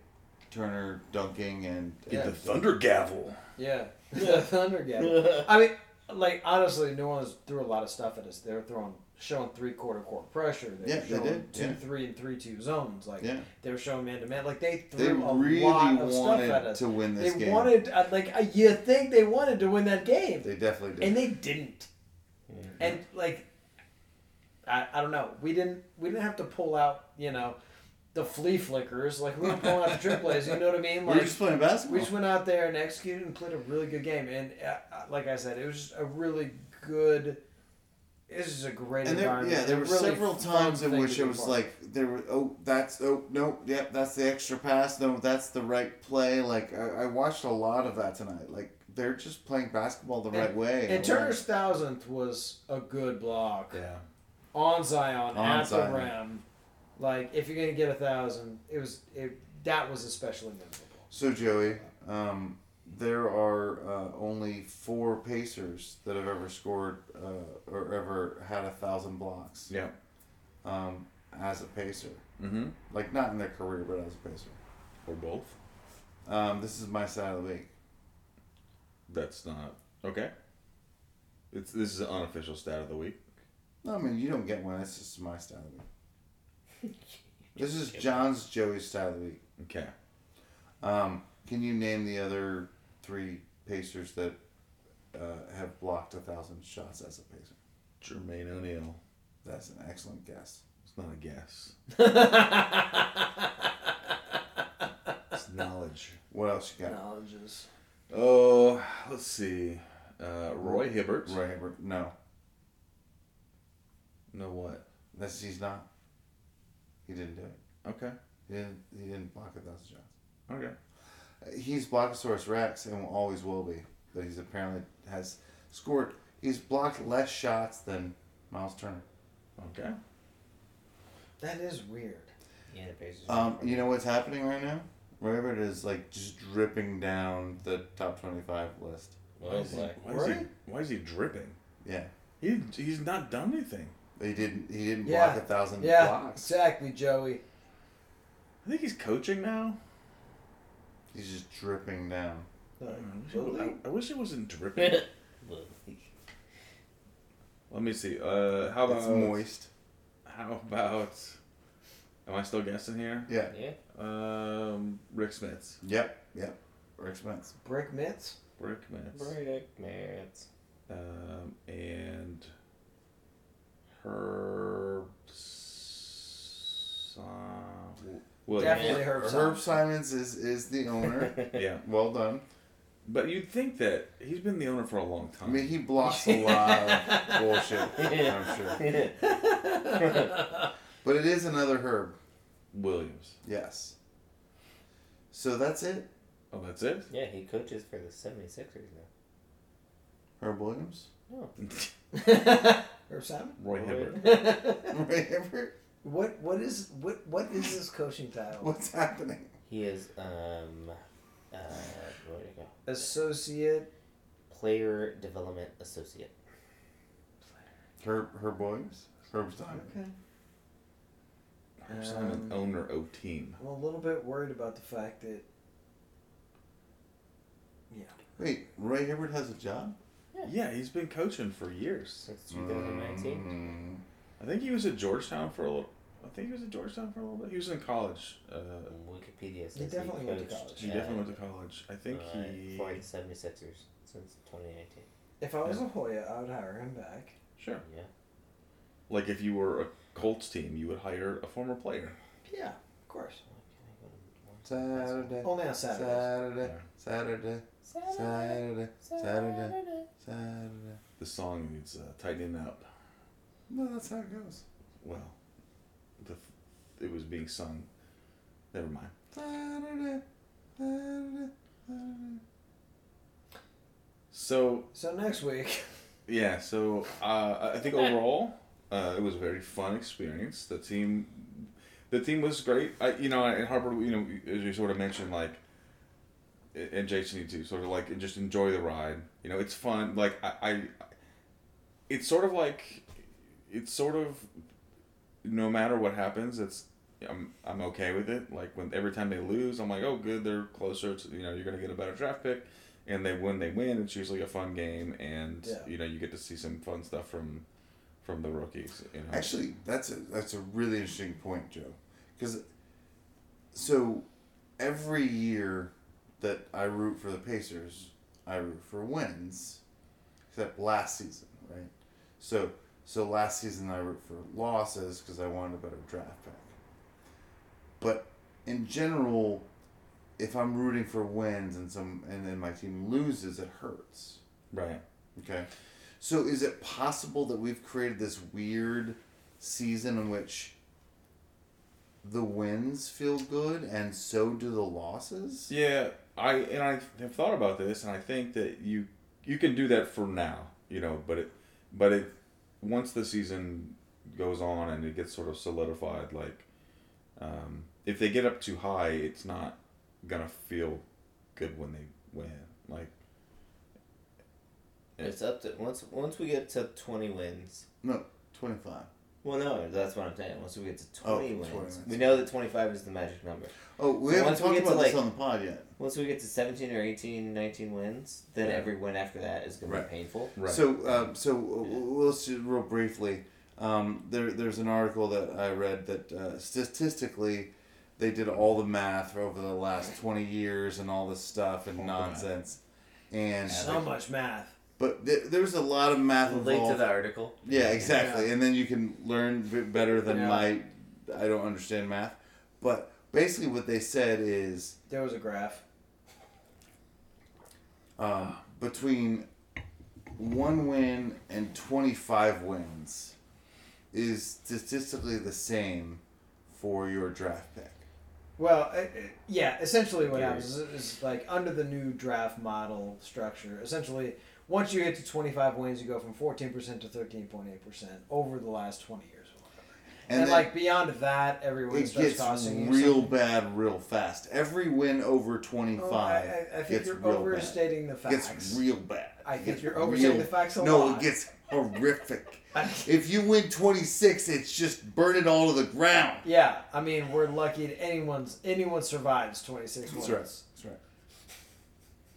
A: Turner dunking and
B: Get the
A: and-
B: thunder gavel.
C: yeah, the Thunder game. I mean, like honestly, New Orleans threw a lot of stuff at us. They were throwing, showing three quarter court pressure. They
A: Yeah,
C: were
A: they
C: showing
A: did,
C: two
A: yeah.
C: three and three two zones. Like
A: Yeah,
C: They were showing man to man. Like they threw
A: they
C: a
A: really
C: lot of stuff at
A: wanted
C: us.
A: to win
C: They
A: this game.
C: wanted, uh, like, uh, you think they wanted to win that game,
A: they definitely did.
C: and they didn't. And like, I, I don't know. We didn't we didn't have to pull out you know the flea flickers like we were pulling out the trick plays. You know what I mean?
A: we were
C: Like
A: just playing
C: we
A: basketball.
C: just went out there and executed and played a really good game. And uh, uh, like I said, it was just a really good. This is a great
A: and there,
C: environment.
A: yeah, there
C: a
A: were
C: really
A: several
C: fun
A: times in
C: thing
A: which
C: to
A: it
C: be
A: was
C: part of.
A: like there were oh that's oh no yep that's the extra pass no that's the right play like I, I watched a lot of that tonight like they're just playing basketball the right way
C: And
A: I
C: Turner's thousandth was a good block
B: Yeah.
C: on Zion
A: On
C: at
A: Zion.
C: the rim. Like if you're gonna get a thousand, it was it that was especially memorable.
A: So Joey, um, there are uh, only four Pacers that have ever scored uh, or ever had a thousand blocks.
B: Yeah.
A: Um, as a Pacer,
B: Mm-hmm.
A: like not in their career, but as a Pacer.
B: Or both.
A: Um, this is my side of the week.
B: That's not okay. It's this is an unofficial stat of the week.
A: No, I mean you don't get one. That's just my side of the week. This is John's Joey's side of the week.
B: Okay.
A: Um, can you name the other three Pacers that uh, have blocked a thousand shots as a Pacer?
B: Jermaine O'Neal.
A: That's an excellent guess.
B: It's not a guess. it's knowledge.
A: What else you got?
C: Knowledges.
B: Oh, let's see. Uh, Roy Hibbert.
A: Roy Hibbert. No,
B: No what?
A: that's he's not. He didn't do it.
B: Okay.
A: He didn't. He didn't block a thousand shots.
B: Okay.
A: Uh, He's Blockosaurus Rex and will always will be, but he's apparently has scored. He's blocked less shots than Miles Turner.
B: Okay.
C: That is weird.
D: Yeah, the Pacers were
A: Um,
D: from-
A: you know what's happening right now? Roy Hibbert is like just dripping down the top twenty-five list.
D: Well,
B: is he,
D: like,
B: why, is he,
C: Roy?
B: why is he dripping?
A: Yeah,
B: He, he's not done anything.
A: he didn't. He didn't
C: Yeah.
A: block a thousand
C: Yeah,
A: blocks.
C: exactly, Joey.
B: I think he's coaching now.
A: He's just dripping down.
B: I wish, it,
C: Joey?
B: I- I wish it wasn't dripping. Let me see. Uh, how about
A: It's moist.
B: How about? I Am I still guessing here?
A: Yeah.
D: Yeah.
B: Um, Rick Smiths.
A: Yep. Yep. Rick Spence.
C: Brick mitts?
B: Rick Smiths.
D: Merritt.
B: Um, and her. Son, Williams.
C: Definitely Herb
A: Herb
C: Simon.
A: Simons is is the owner.
B: Yeah,
A: well done.
B: but you'd think that he's been the owner for a long
A: I
B: time.
A: mean, he blocks a lot of bullshit. I'm sure, but it is another Herb.
B: Williams.
A: Yes. So that's it.
B: Oh, that's it.
D: yeah, he coaches for the 76ers now.
A: Herb Williams.
C: Herb Simon?
B: Roy Hibbert.
A: Roy Hibbert?
C: What what is what what is this coaching title?
A: What's happening?
D: He is um uh where did it go?
C: Associate
D: Player development associate.
A: Herb Herb Williams. Herb Simon.
C: Okay.
B: Herb Simon,
C: Um,
B: owner of team.
C: I'm a little bit worried about the fact that Yeah.
A: Wait, Roy Hibbert has a job.
B: Yeah, he's been coaching for years.
D: Since 2019.
A: Mm.
B: I think he was at Georgetown for a little. I think he was at Georgetown for a little bit. He was in college. Uh,
D: Wikipedia says
C: definitely went to
D: coached
C: college.
B: he
D: at,
B: definitely went to college. I think
D: uh,
B: he.
D: for the 76ers since 2019.
C: If I was a Hoya, I would hire him back.
B: Sure.
D: Yeah.
B: Like if you were a Colts team, you would hire a former player.
C: Yeah, of course.
A: Saturday.
C: Only on Saturdays.
A: Saturday. Saturday. Saturday. Saturday. Saturday.
B: The song needs uh, tightening up.
A: No, that's how it goes.
B: Well, the it was being sung. Never mind.
A: Saturday. Saturday. Saturday.
B: So
C: So next week,
B: yeah, so uh, I think overall, uh, it was a very fun experience. The team, the team was great. I, you know, and Harper, you know, as you sort of mentioned, like, and Jason, you too, sort of like just enjoy the ride. You know, it's fun. Like I, I it's sort of like, it's sort of, no matter what happens, it's. I'm, I'm okay with it. Like when every time they lose, I'm like, oh, good, they're closer. To, you know, you're gonna get a better draft pick, and they win. They win. It's usually a fun game, and
C: Yeah.
B: you know, you get to see some fun stuff from, from the rookies. You know?
A: Actually, that's a that's a really interesting point, Joe. Because so every year that I root for the Pacers, I root for wins, except last season, right? So so last season I root for losses because I wanted a better draft pick. But in general, if I'm rooting for wins and some and then my team loses, it hurts.
B: right.
A: Okay. So is it possible that we've created this weird season in which the wins feel good and so do the losses?
B: Yeah, I and I have thought about this, and I think that you you can do that for now, you know. But it, but it, once the season goes on and it gets sort of solidified, like um, if they get up too high, it's not gonna feel good when they win. Like
D: It's up to once once we get to 20 wins.
A: No, 25.
D: Well, no, that's what I'm saying. Once we get to 20
A: Oh,
D: wins,
A: 20 wins.
D: we know that 25 is the magic number.
A: Oh, we
D: So
A: haven't
D: once we
A: talked
D: get to,
A: about this
D: like-
A: on the pod yet.
D: Once we get to 17 or 18, 19 wins, then
B: Yeah.
D: every win after that is going to
A: Right.
D: be painful.
B: right,
A: So, um, so uh, let's just real briefly. Um, there, there's an article that I read that uh, statistically, they did all the math over the last 20 years and all this stuff and nonsense. And
C: so much math.
A: but th- there's a lot of math
D: Link to
A: involved.
D: the article.
A: Yeah, exactly. And then you can learn b- better than
C: Yeah.
A: my. I don't understand math, but basically what they said is
C: There was a graph.
A: um, between one win and twenty five wins is statistically the same for your draft pick.
C: Well, uh, uh, yeah, essentially what happens is, is like under the new draft model structure, essentially once you get to 25 wins, you go from 14% to 13.8% over the last 20 years. or whatever. And,
A: then
C: like beyond that, everyone
A: it
C: starts
A: gets
C: costing you
A: real
C: something.
A: bad real fast. Every win over twenty
C: Oh,
A: five
C: I, I, I think
A: gets
C: you're
A: real bad.
C: overstating the facts.
A: Gets real bad.
C: I
A: It
C: think
A: gets
C: you're overstating
A: real-
C: the facts a
A: no,
C: lot.
A: it gets horrific. if you win 26, it's just burn it all to the ground.
C: yeah, I mean we're lucky that anyone's anyone survives 26 wins.
A: That's right.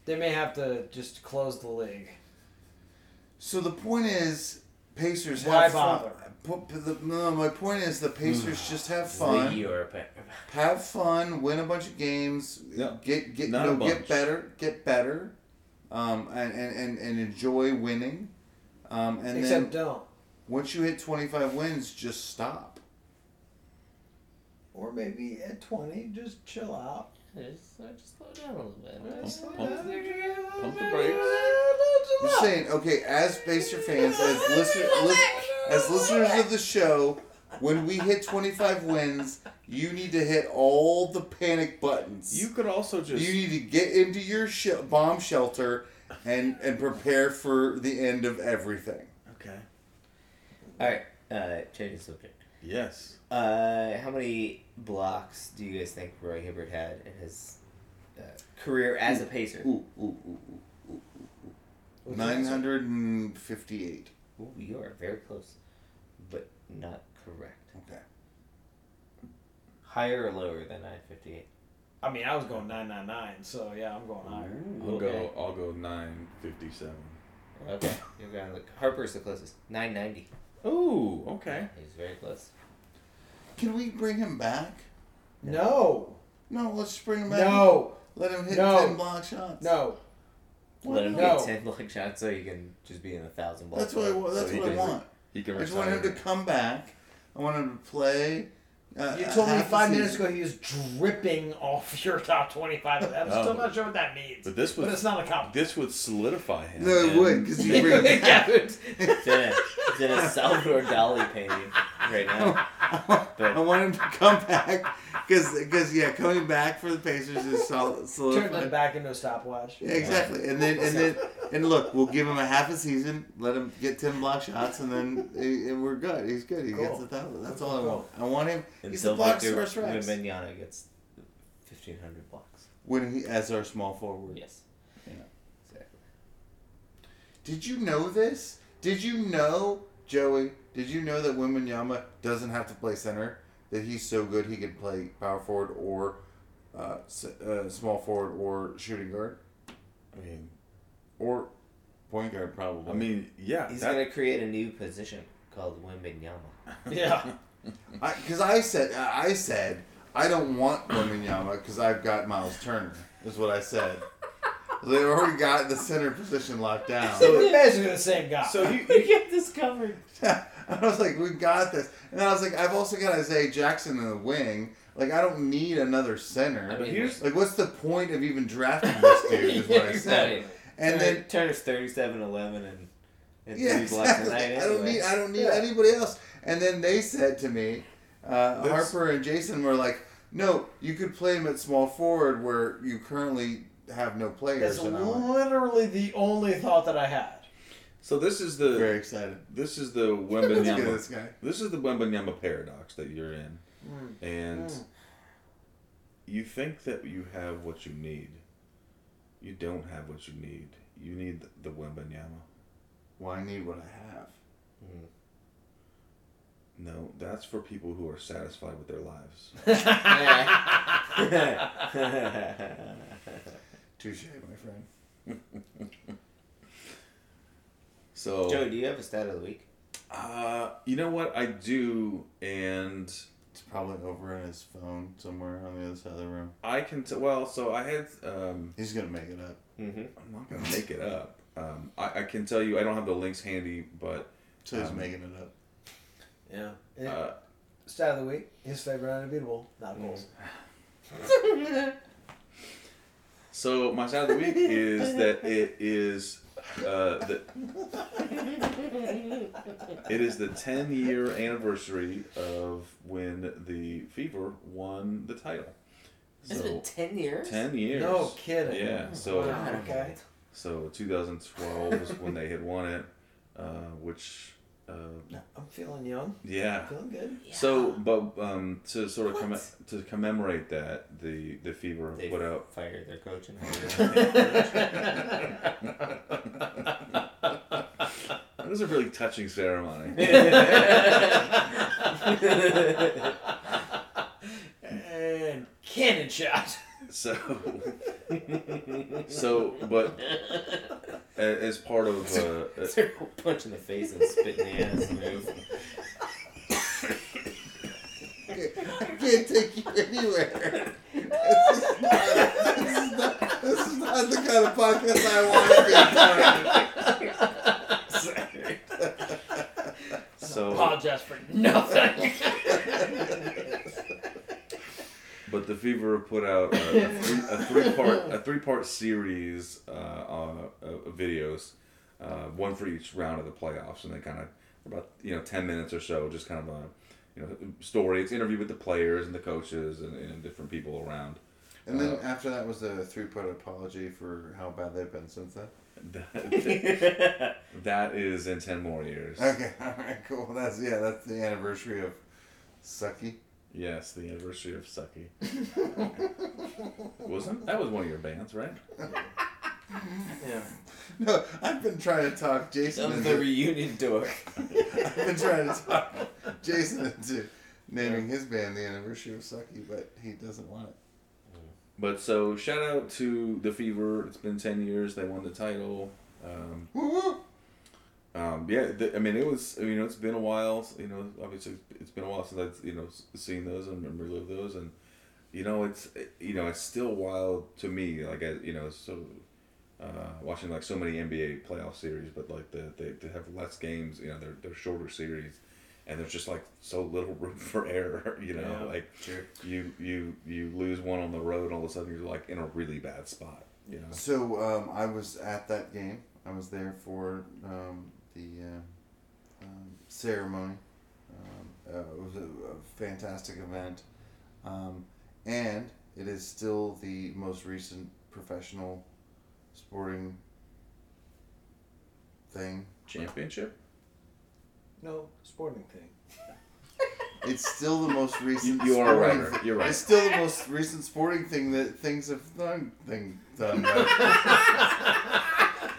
C: They may have to just close the league.
A: So the point is, Pacers
C: Why
A: have
C: bother?
A: fun. P- p- the- no, my point is the Pacers just have
D: The
A: fun.
D: year. pa-
A: Have fun, win a bunch of games,
B: Yeah.
A: get get
B: Not
A: no,
B: a
A: get
B: bunch.
A: better, get better, um, and, and, and, and enjoy winning. Um, and
C: Except
A: then
C: don't.
A: once you hit twenty five wins, just stop.
C: Or maybe at 20, just chill out.
D: Just, just slow down a little bit.
B: Pump, pump, pump the brakes.
A: I'm just saying, okay, as Spacer fans, as listen, lis- as listeners of the show, when we hit twenty five wins, you need to hit all the panic buttons.
B: You could also just
A: You need to get into your sh- bomb shelter and and prepare for the end of everything.
B: okay.
D: All right, uh, change the subject.
B: Yes.
D: Uh, how many blocks do you guys think Roy Hibbert had in his uh, career as a pacer?
A: Ooh, ooh, ooh, ooh.
C: What's the
A: Nine
C: answer?
A: hundred and fifty-eight.
D: Ooh, you are very close, but not correct.
A: Okay.
D: Higher or lower than 958?
C: I mean, I was going 999, so yeah, I'm going higher.
B: I'll go. I'll go nine fifty seven.
D: Okay, you're going to look. Harper's the closest. 990.
B: Ooh. Okay.
D: He's very close.
A: Can we bring him back?
C: No!
A: No, let's bring him back.
C: No!
A: Let him hit
C: No.
A: ten block shots.
C: No!
D: Let him
C: No.
D: get 10 block shots so you can just be in a thousand block.
A: That's what I, wa-
D: So
A: that's
D: he
A: what I
D: can-
A: want.
B: He can
A: I just want him to
B: retire.
A: come back. I want him to play. Uh,
C: You
A: uh,
C: told me
A: half a
C: five minutes
A: season.
C: ago he was dripping off your top 25. I'm
B: No.
C: still not sure what that means.
B: But this was-
C: But it's not a compliment.
B: This would solidify him.
A: No, it
B: and-
A: would because you bring him back.
D: It's in a, it's in a Salvador Dali painting right now.
A: I want him to come back because yeah, coming back for the Pacers is solid.
C: Turn it
A: solidified.
C: back into a stopwatch.
A: Yeah, exactly. And then and then and look, we'll give him a half a season, let him get ten block shots, and then and we're good. He's good. He gets
C: Cool.
A: a thousand. That's all I
C: Cool.
A: want. I want him.
D: And
A: he's the block
D: Victor
A: first reps.
D: Wembanyama gets 1,500 blocks.
A: When he as our small forward.
D: Yes. Exactly.
A: Did you know this? Did you know Joey? Did you know that Wiminyama doesn't have to play center? That he's so good he can play power forward or uh, s- uh, small forward or shooting guard
B: I mean,
A: or point guard probably.
B: I mean, yeah.
D: He's
B: that-
D: going to create a new position called Wembanyama.
C: Yeah.
A: because I, said I said I don't want Wiminyama because I've got Miles Turner is what I said. they already got the center position locked down.
C: We're basically the same guy.
B: so you,
D: You get this covered.
A: I was like, we got this, and I was like, I've also got Isaiah Jackson in the wing. Like, I don't need another center.
D: I mean,
B: here's-
A: like, what's the point of even drafting this dude? Is what I said.
D: Exactly.
A: And
D: Turner-
A: then
D: Turner's 37 11 and, and
A: yeah,
D: three blocks a
A: exactly.
D: night. Anyway.
A: I don't need I don't need
C: Yeah.
A: anybody else. And then they said to me, uh,
B: That's-
A: Harper and Jason were like, no, you could play him at small forward where you currently have no players.
C: That's
A: And I'm like,
C: literally the only thought that I had.
B: so this is the
A: very excited.
B: this is the
A: Let's get this
B: Wembanyama.
A: guy.
B: this is the Wembanyama paradox that you're in, and you think that you have what you need. You don't have what you need. You need the Wembanyama.
A: Well, I need what I have.
B: No, that's for people who are satisfied with their lives.
A: Touche, my friend.
B: So
D: Joe, do you have a stat of the week?
B: Uh, you know what I do, and
A: It's probably over in his phone somewhere on the other side of the room.
B: I can t- well. So I had. Um,
A: He's gonna make it up.
D: Mm-hmm.
B: I'm not gonna make it up. Um, I, I can tell you I don't have the links handy, but
A: So he's
B: Um,
A: making it up.
C: Yeah.
B: uh,
C: Stat of the week, his favorite unbeatable,
B: Mm.
C: not goals.
B: so my side of the week is that it is uh, the it is the 10 year anniversary of when the Fever won the title.
D: It's
B: So
D: 10 years?
B: 10 years.
C: No kidding.
B: Yeah. So.
C: Wow, okay.
B: So 2012 was when they had won it, uh, which, uh,
C: I'm feeling young.
B: yeah.
C: Feeling good.
B: So, but um, to sort of comm- to commemorate that, the the Fever
D: They
B: put out.
D: fired their coach and
B: It was a really touching ceremony.
C: And cannon shot.
B: So, so, but uh, a- as part of uh, a-
D: Circle punch in the face and spit in the ass move.
A: I can't take you anywhere. This is not, this is not, this is not the kind of podcast I want to be a part of.
B: so.
G: Apologize for nothing.
B: But the Fever put out uh, a, three, a three part a three part series uh, uh, of videos, uh, one for each round of the playoffs, and they kind of about you know ten minutes or so, just kind of a you know story. It's interview with the players and the coaches and, and different people around.
A: And then after that was a three part apology for how bad they've been since then.
B: That- that is in ten more years.
A: Okay, alright, cool. That's yeah, that's the anniversary of Sucky.
B: Yes, the anniversary of Sucky. Wasn't that was one of your bands, right?
C: Yeah.
A: No, I've been trying to talk Jason
D: That was the
A: into
D: reunion dork.
A: I've been trying to talk Jason into naming his band the anniversary of Sucky, but he doesn't want it.
B: But so shout out to the Fever. It's been ten years. They won the title. Um,
A: Woo-woo.
B: um, yeah, th- I mean it was you know it's been a while. You know, obviously it's been a while since I've you know s- seen those and, and relived those, and you know it's you know it's still wild to me. Like I you know so uh, watching like so many NBA playoff series, but like the they, they have less games. You know they're they're shorter series, and there's just like so little room for error. You know
D: Yeah.
B: like you you you lose one on the road, and all of a sudden you're like in a really bad spot. You know.
A: So um, I was at that game. I was there for um, the uh, um, ceremony. Um, uh, it was a, a fantastic event, um, and it is still the most recent professional sporting thing.
B: Championship.
C: No sporting thing.
A: It's still the most
B: You,
A: recent.
B: you are
A: sporting
B: right.
A: thi-
B: You're
A: It's
B: right.
A: still the most recent sporting thing that things have done. Thing done. Right?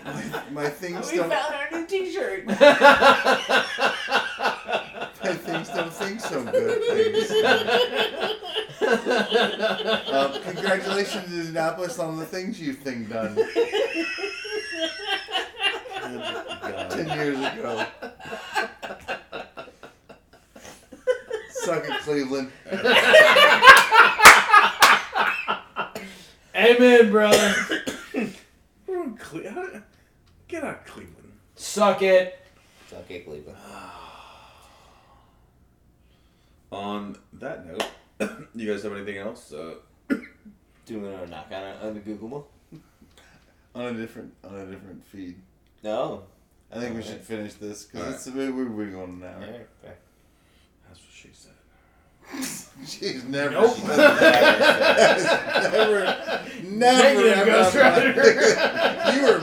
A: my, my things
I: We
A: don't.
I: found our new T-shirt.
A: I things don't think so good things. um, congratulations, Indianapolis, on the things you thing done ten years ago. Suck it, Cleveland.
C: Amen, brother.
B: We're on Cle- how did- Get out of Cleveland.
C: Suck it.
D: Fuck it, Cleveland.
B: On that note, you guys have anything else? Uh,
D: Doing a knockout on, on the Google Mall?
A: On a different, on a different feed.
D: No.
A: I think we
D: Alright.
A: should finish this because
B: Alright.
A: it's we're, we're going now.
D: Alright, fair.
B: that's what she said.
A: She's never.
C: Nope.
A: she does that. never. Never.
C: Negative
A: ever
C: Ghost
A: happened.
C: Rider.
A: you were.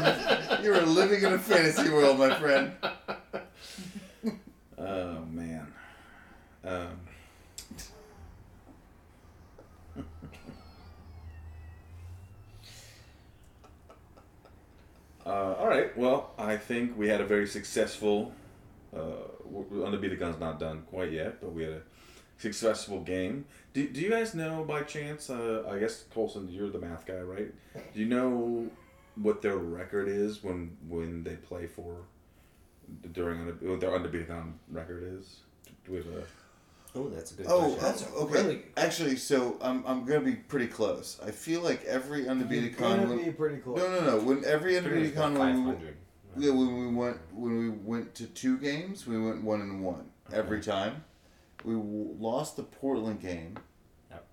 A: You were living in a fantasy world, my friend.
B: Oh man. Um, uh, all right. Well, I think we had a very successful. Uh, w- w- Undefeated Gun's not done quite yet, but we had a successful game. Do, do you guys know by chance? Uh, I guess Colson, you're the math guy, right? Do you know what their record is when when they play for during unde- what their undefeated on record is with a
D: Oh, that's a good
A: Oh,
D: question.
A: that's okay.
C: Really?
A: Actually, so I'm, I'm gonna be pretty close. I feel like every undefeated con.
C: gonna
A: When,
C: be pretty close.
A: no, no, no. When every
D: Pretty
A: undefeated
D: much about
A: con when we,
D: 500.
A: yeah, when we went when we went to two games, we went one and one every time. We w- lost the Portland game.
D: Yep.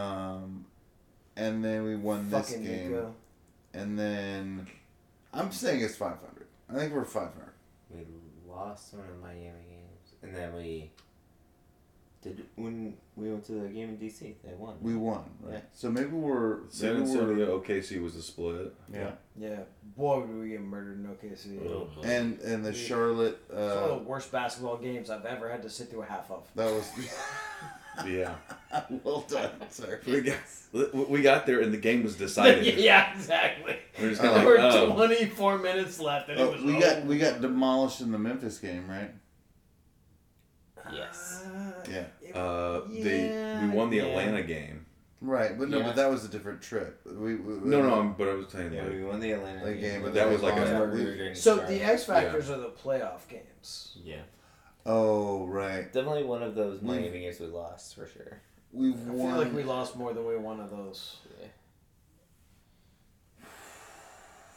A: Um, and then we won this
C: Fucking
A: game,
C: Nico.
A: and then I'm saying it's 500. I think we're 500.
D: We lost one of Miami games, and then we did when we went to the game in DC. They won.
A: We won, right?
D: Yeah.
A: So maybe we're
B: San
A: maybe we're
B: Antonio OKC was a split.
A: yeah.
C: Yeah. Boy, did we get murdered in OKC.
A: And and the
C: Yeah.
A: Charlotte. Uh,
C: It's one of the worst basketball games I've ever had to sit through a half of.
A: That was
B: Yeah,
A: well done, sir.
B: we got we got there and the game was decided.
G: yeah, exactly.
B: We're just
A: There
B: kinda
G: There
B: like,
G: were
B: oh.
G: 24 minutes left, and it
A: Oh,
G: was
A: we
G: over.
A: got we got demolished in the Memphis game, right?
D: yes.
A: Yeah. Oh,
B: Uh, the we won the Atlanta game.
A: Right, but no,
D: Yeah.
A: but that was a different trip. We, we
B: No, no, I'm- but I was saying
D: Yeah,
B: like,
D: we won the Atlanta
A: The
D: game,
A: game,
D: we
A: but
B: that was
D: won
B: like a-
D: Denver,
A: we-
D: we were getting
C: So
D: Charlotte.
C: the X factors are the playoff games.
D: Yeah,
A: Oh right,
D: definitely one of those money
A: We've-
D: the games we lost for sure.
A: we've
C: I
A: won.
C: feel like we lost more than we won of those.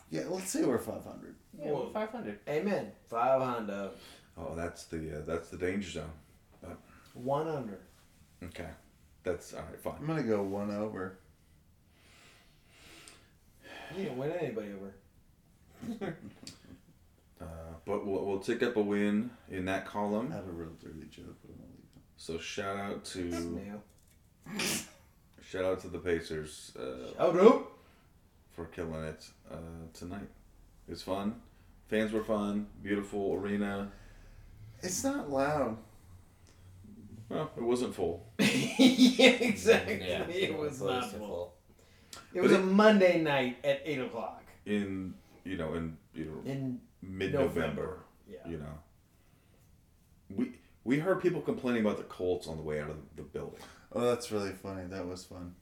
A: Yeah, let's say we're five hundred.
C: Well,
D: five hundred.
C: amen. Five hundred.
B: oh, that's the uh, that's the danger zone.
C: One under.
B: Okay, that's all right.
A: I'm
B: Fine.
A: gonna go one over.
C: You didn't win anybody over.
B: Uh, but we'll, we'll take up a win in that column.
A: I have a real dirty joke, but I'm gonna leave it.
B: So shout out to
C: Snail.
B: shout out to the Pacers uh,
C: Oh, no.
B: for killing it uh, tonight. It was fun. Fans were fun. Beautiful arena.
A: It's not loud.
B: Well, it wasn't full.
C: yeah, exactly.
D: Yeah,
C: it was
D: close
C: not
D: to
C: full.
D: full.
C: It was a Monday night at eight o'clock
B: in you know in you know,
C: in
B: mid November.
C: November. Yeah.
B: You know, we we heard people complaining about the Colts on the way out of the building.
A: Oh, that's really funny. That was fun.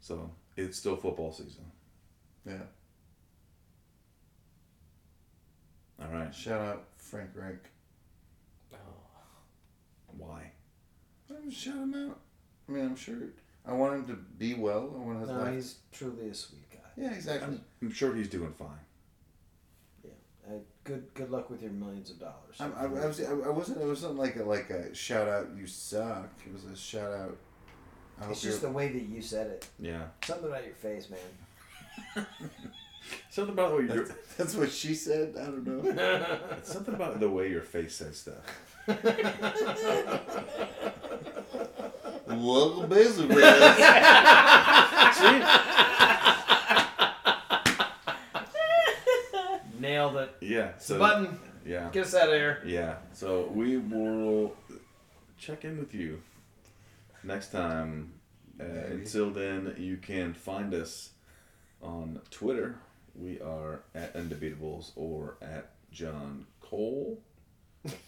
B: So it's still football season.
A: Yeah.
B: All right.
A: Shout out Frank Reich.
B: Why?
A: I'm gonna shout him out. I mean, I'm sure. I want him to be well. I want his
C: No,
A: life.
C: he's truly a sweet guy.
A: Yeah, exactly.
B: I'm, I'm sure he's doing fine.
C: Uh, good, good luck with your millions of dollars.
A: I'm, I, I was. I, I wasn't. It wasn't like a like a shout out. You suck. It was a shout out. I hope
C: it's just
A: you're-
C: the way that you said it.
B: Yeah.
C: Something about your face, man.
B: Something about what your
A: That's what she said. I don't know.
B: something about the way your face says stuff.
A: Look busy, man.
C: Nailed it.
B: Yeah.
C: It's a
B: So
C: button.
B: yeah.
C: Get us out of here.
B: Yeah. So we will check in with you next time. Uh, until then, you can find us on Twitter. We are at Undebeatables or at John Cole.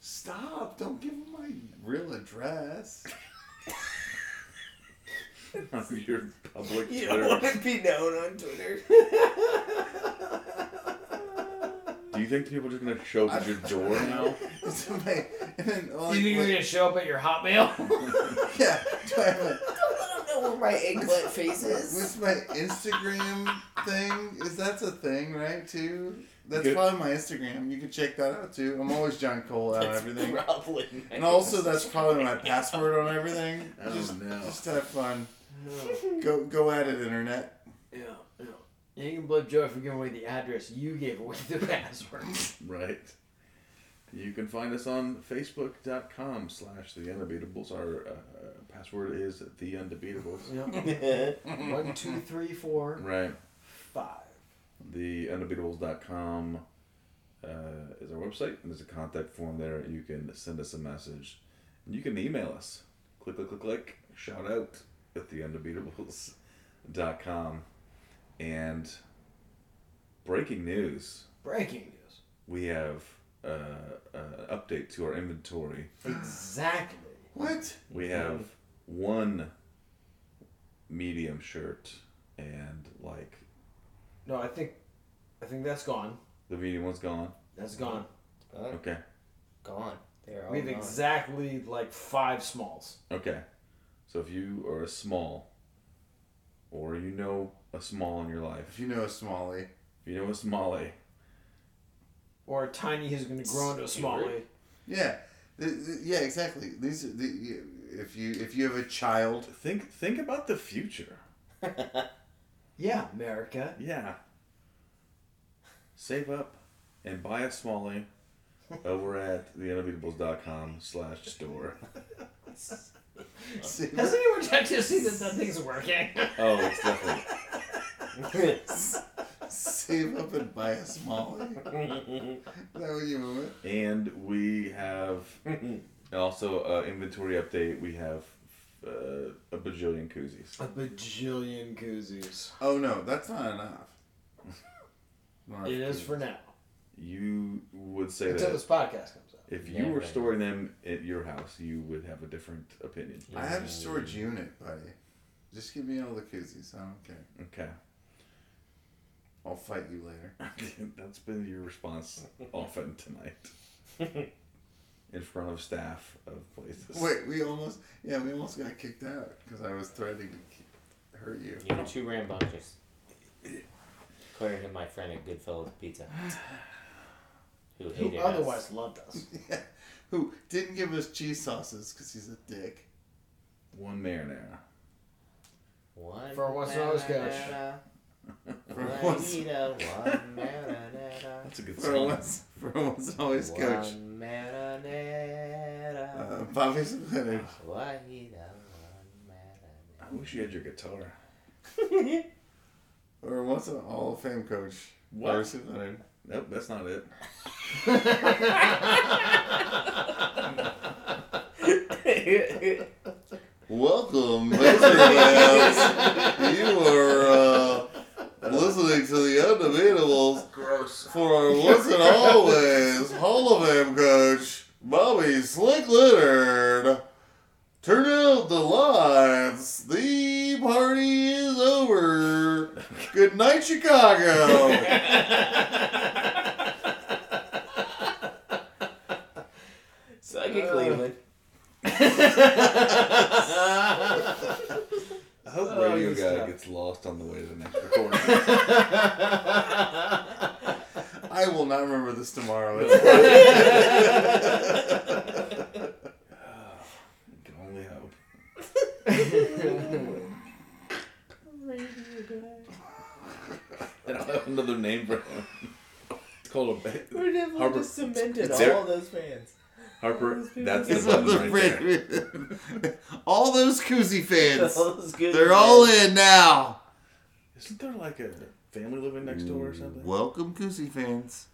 A: Stop! Don't give him my real address.
B: Your public Twitter.
D: You don't want to be known on Twitter.
B: Do you think people are just gonna show up at your door now?
A: It's my, and then, all
C: You think you're
A: like,
C: gonna show up at your Hotmail?
A: yeah. Do I have a-
D: I don't know where my eggplant face is.
A: What's my Instagram thing? Is that's a thing, right? Too. That's
B: Good.
A: probably my Instagram. You can check that out too. I'm always John Cole on everything,
D: Probably.
A: and also that's probably my password on everything.
B: Oh,
A: just,
B: no.
A: just have fun. Go go at it, internet.
C: yeah, yeah. You can blame Joey for giving away the address. You gave away the password.
B: Right. You can find us on Facebook.com slash The Undebeatables. Our uh, password is The Undebeatables.
C: yeah. One, two, three, four,
B: Right.
C: five.
B: The undebeatables.com uh, is our website, and there's a contact form there. You can send us a message, and you can email us. Click, click, click, click. Shout out at the undebeatables.com. And breaking news
C: Breaking news.
B: we have uh, an update to our inventory.
C: Exactly.
A: What?
B: We have one medium shirt, and like
C: No, I think, I think that's gone.
B: the medium one's gone.
C: That's gone.
D: Gone.
B: Okay.
D: Oh, Gone. They're all
C: we have
D: gone.
C: exactly like five smalls.
B: Okay. So if you are a small, or you know a small in your
A: If
B: life,
A: you know a Smalley,
B: if you know a smallie,
C: Or a tiny who's going to grow into a smallie.
A: yeah, Th- th- yeah, exactly. These are the, you- if you if you have a child,
B: think think about the future.
C: Yeah, America.
B: Yeah. Save up and buy a smallie over at theunbeatables.com slash store.
A: see,
C: Has anyone checked to see that that thing's working?
B: Oh, it's definitely
A: save up and buy a Smalley. Is that what you want?
B: And we have also uh, inventory update. We have uh, a bajillion koozies.
C: A bajillion koozies.
A: Oh no, that's not enough. Not
C: It
A: enough
C: is for now.
B: You would say
C: Until
B: that
C: this podcast comes out.
B: if you were storing them at your house, you would have a different opinion.
A: I have a storage unit, buddy. Just give me all the koozies. I don't care.
B: Okay.
A: I'll fight you later.
B: That's been your response often tonight. In front of staff of places.
A: Wait, we almost yeah, we almost got kicked out because I was threatening to ki- hurt you.
D: You were too rambunctious. According to my friend at Goodfellas Pizza, who
C: Who
D: hated
C: otherwise
D: us.
C: loved us.
A: Yeah. Who didn't give us cheese sauces because he's a dick.
B: One marinara.
D: One
C: For what's those guys?
D: banana,
A: For
D: I
A: once,
D: eat a one banana,
B: That's a good
A: for
B: song.
A: once, for once, always coach.
D: One banana,
A: Uh, Bobby Leonard.
D: I eat a one banana.
B: I wish you had your guitar.
A: Or once an Hall of Fame coach.
B: What?
A: Bobby Leonard.
B: Nope, that's not it.
A: Welcome, Masterclass. you are uh, listening to the Undebatables
B: Gross.
A: for our once and always Hall of Fame coach, Bobby Slick Leonard. Turn out the lights. The party is over. Good night, Chicago.
D: Suck it, Cleveland.
B: I hope
C: Oh,
B: Radio
C: you
B: Guy
C: suck.
B: gets lost on the way to the next recording.
A: I will not remember this tomorrow.
B: I can only hope. And I'll have another name for him. It's called a
D: We're
B: ba-
D: definitely
B: Harper-
D: just cemented
B: It's there.
D: all those fans.
B: Harper. That's the
A: It's
B: button
A: on the
B: right there.
A: fridge. all those koozie fans.
D: All those good
A: They're all
D: fans.
A: in now.
B: Isn't there like a family living next door or something?
A: Welcome, koozie fans.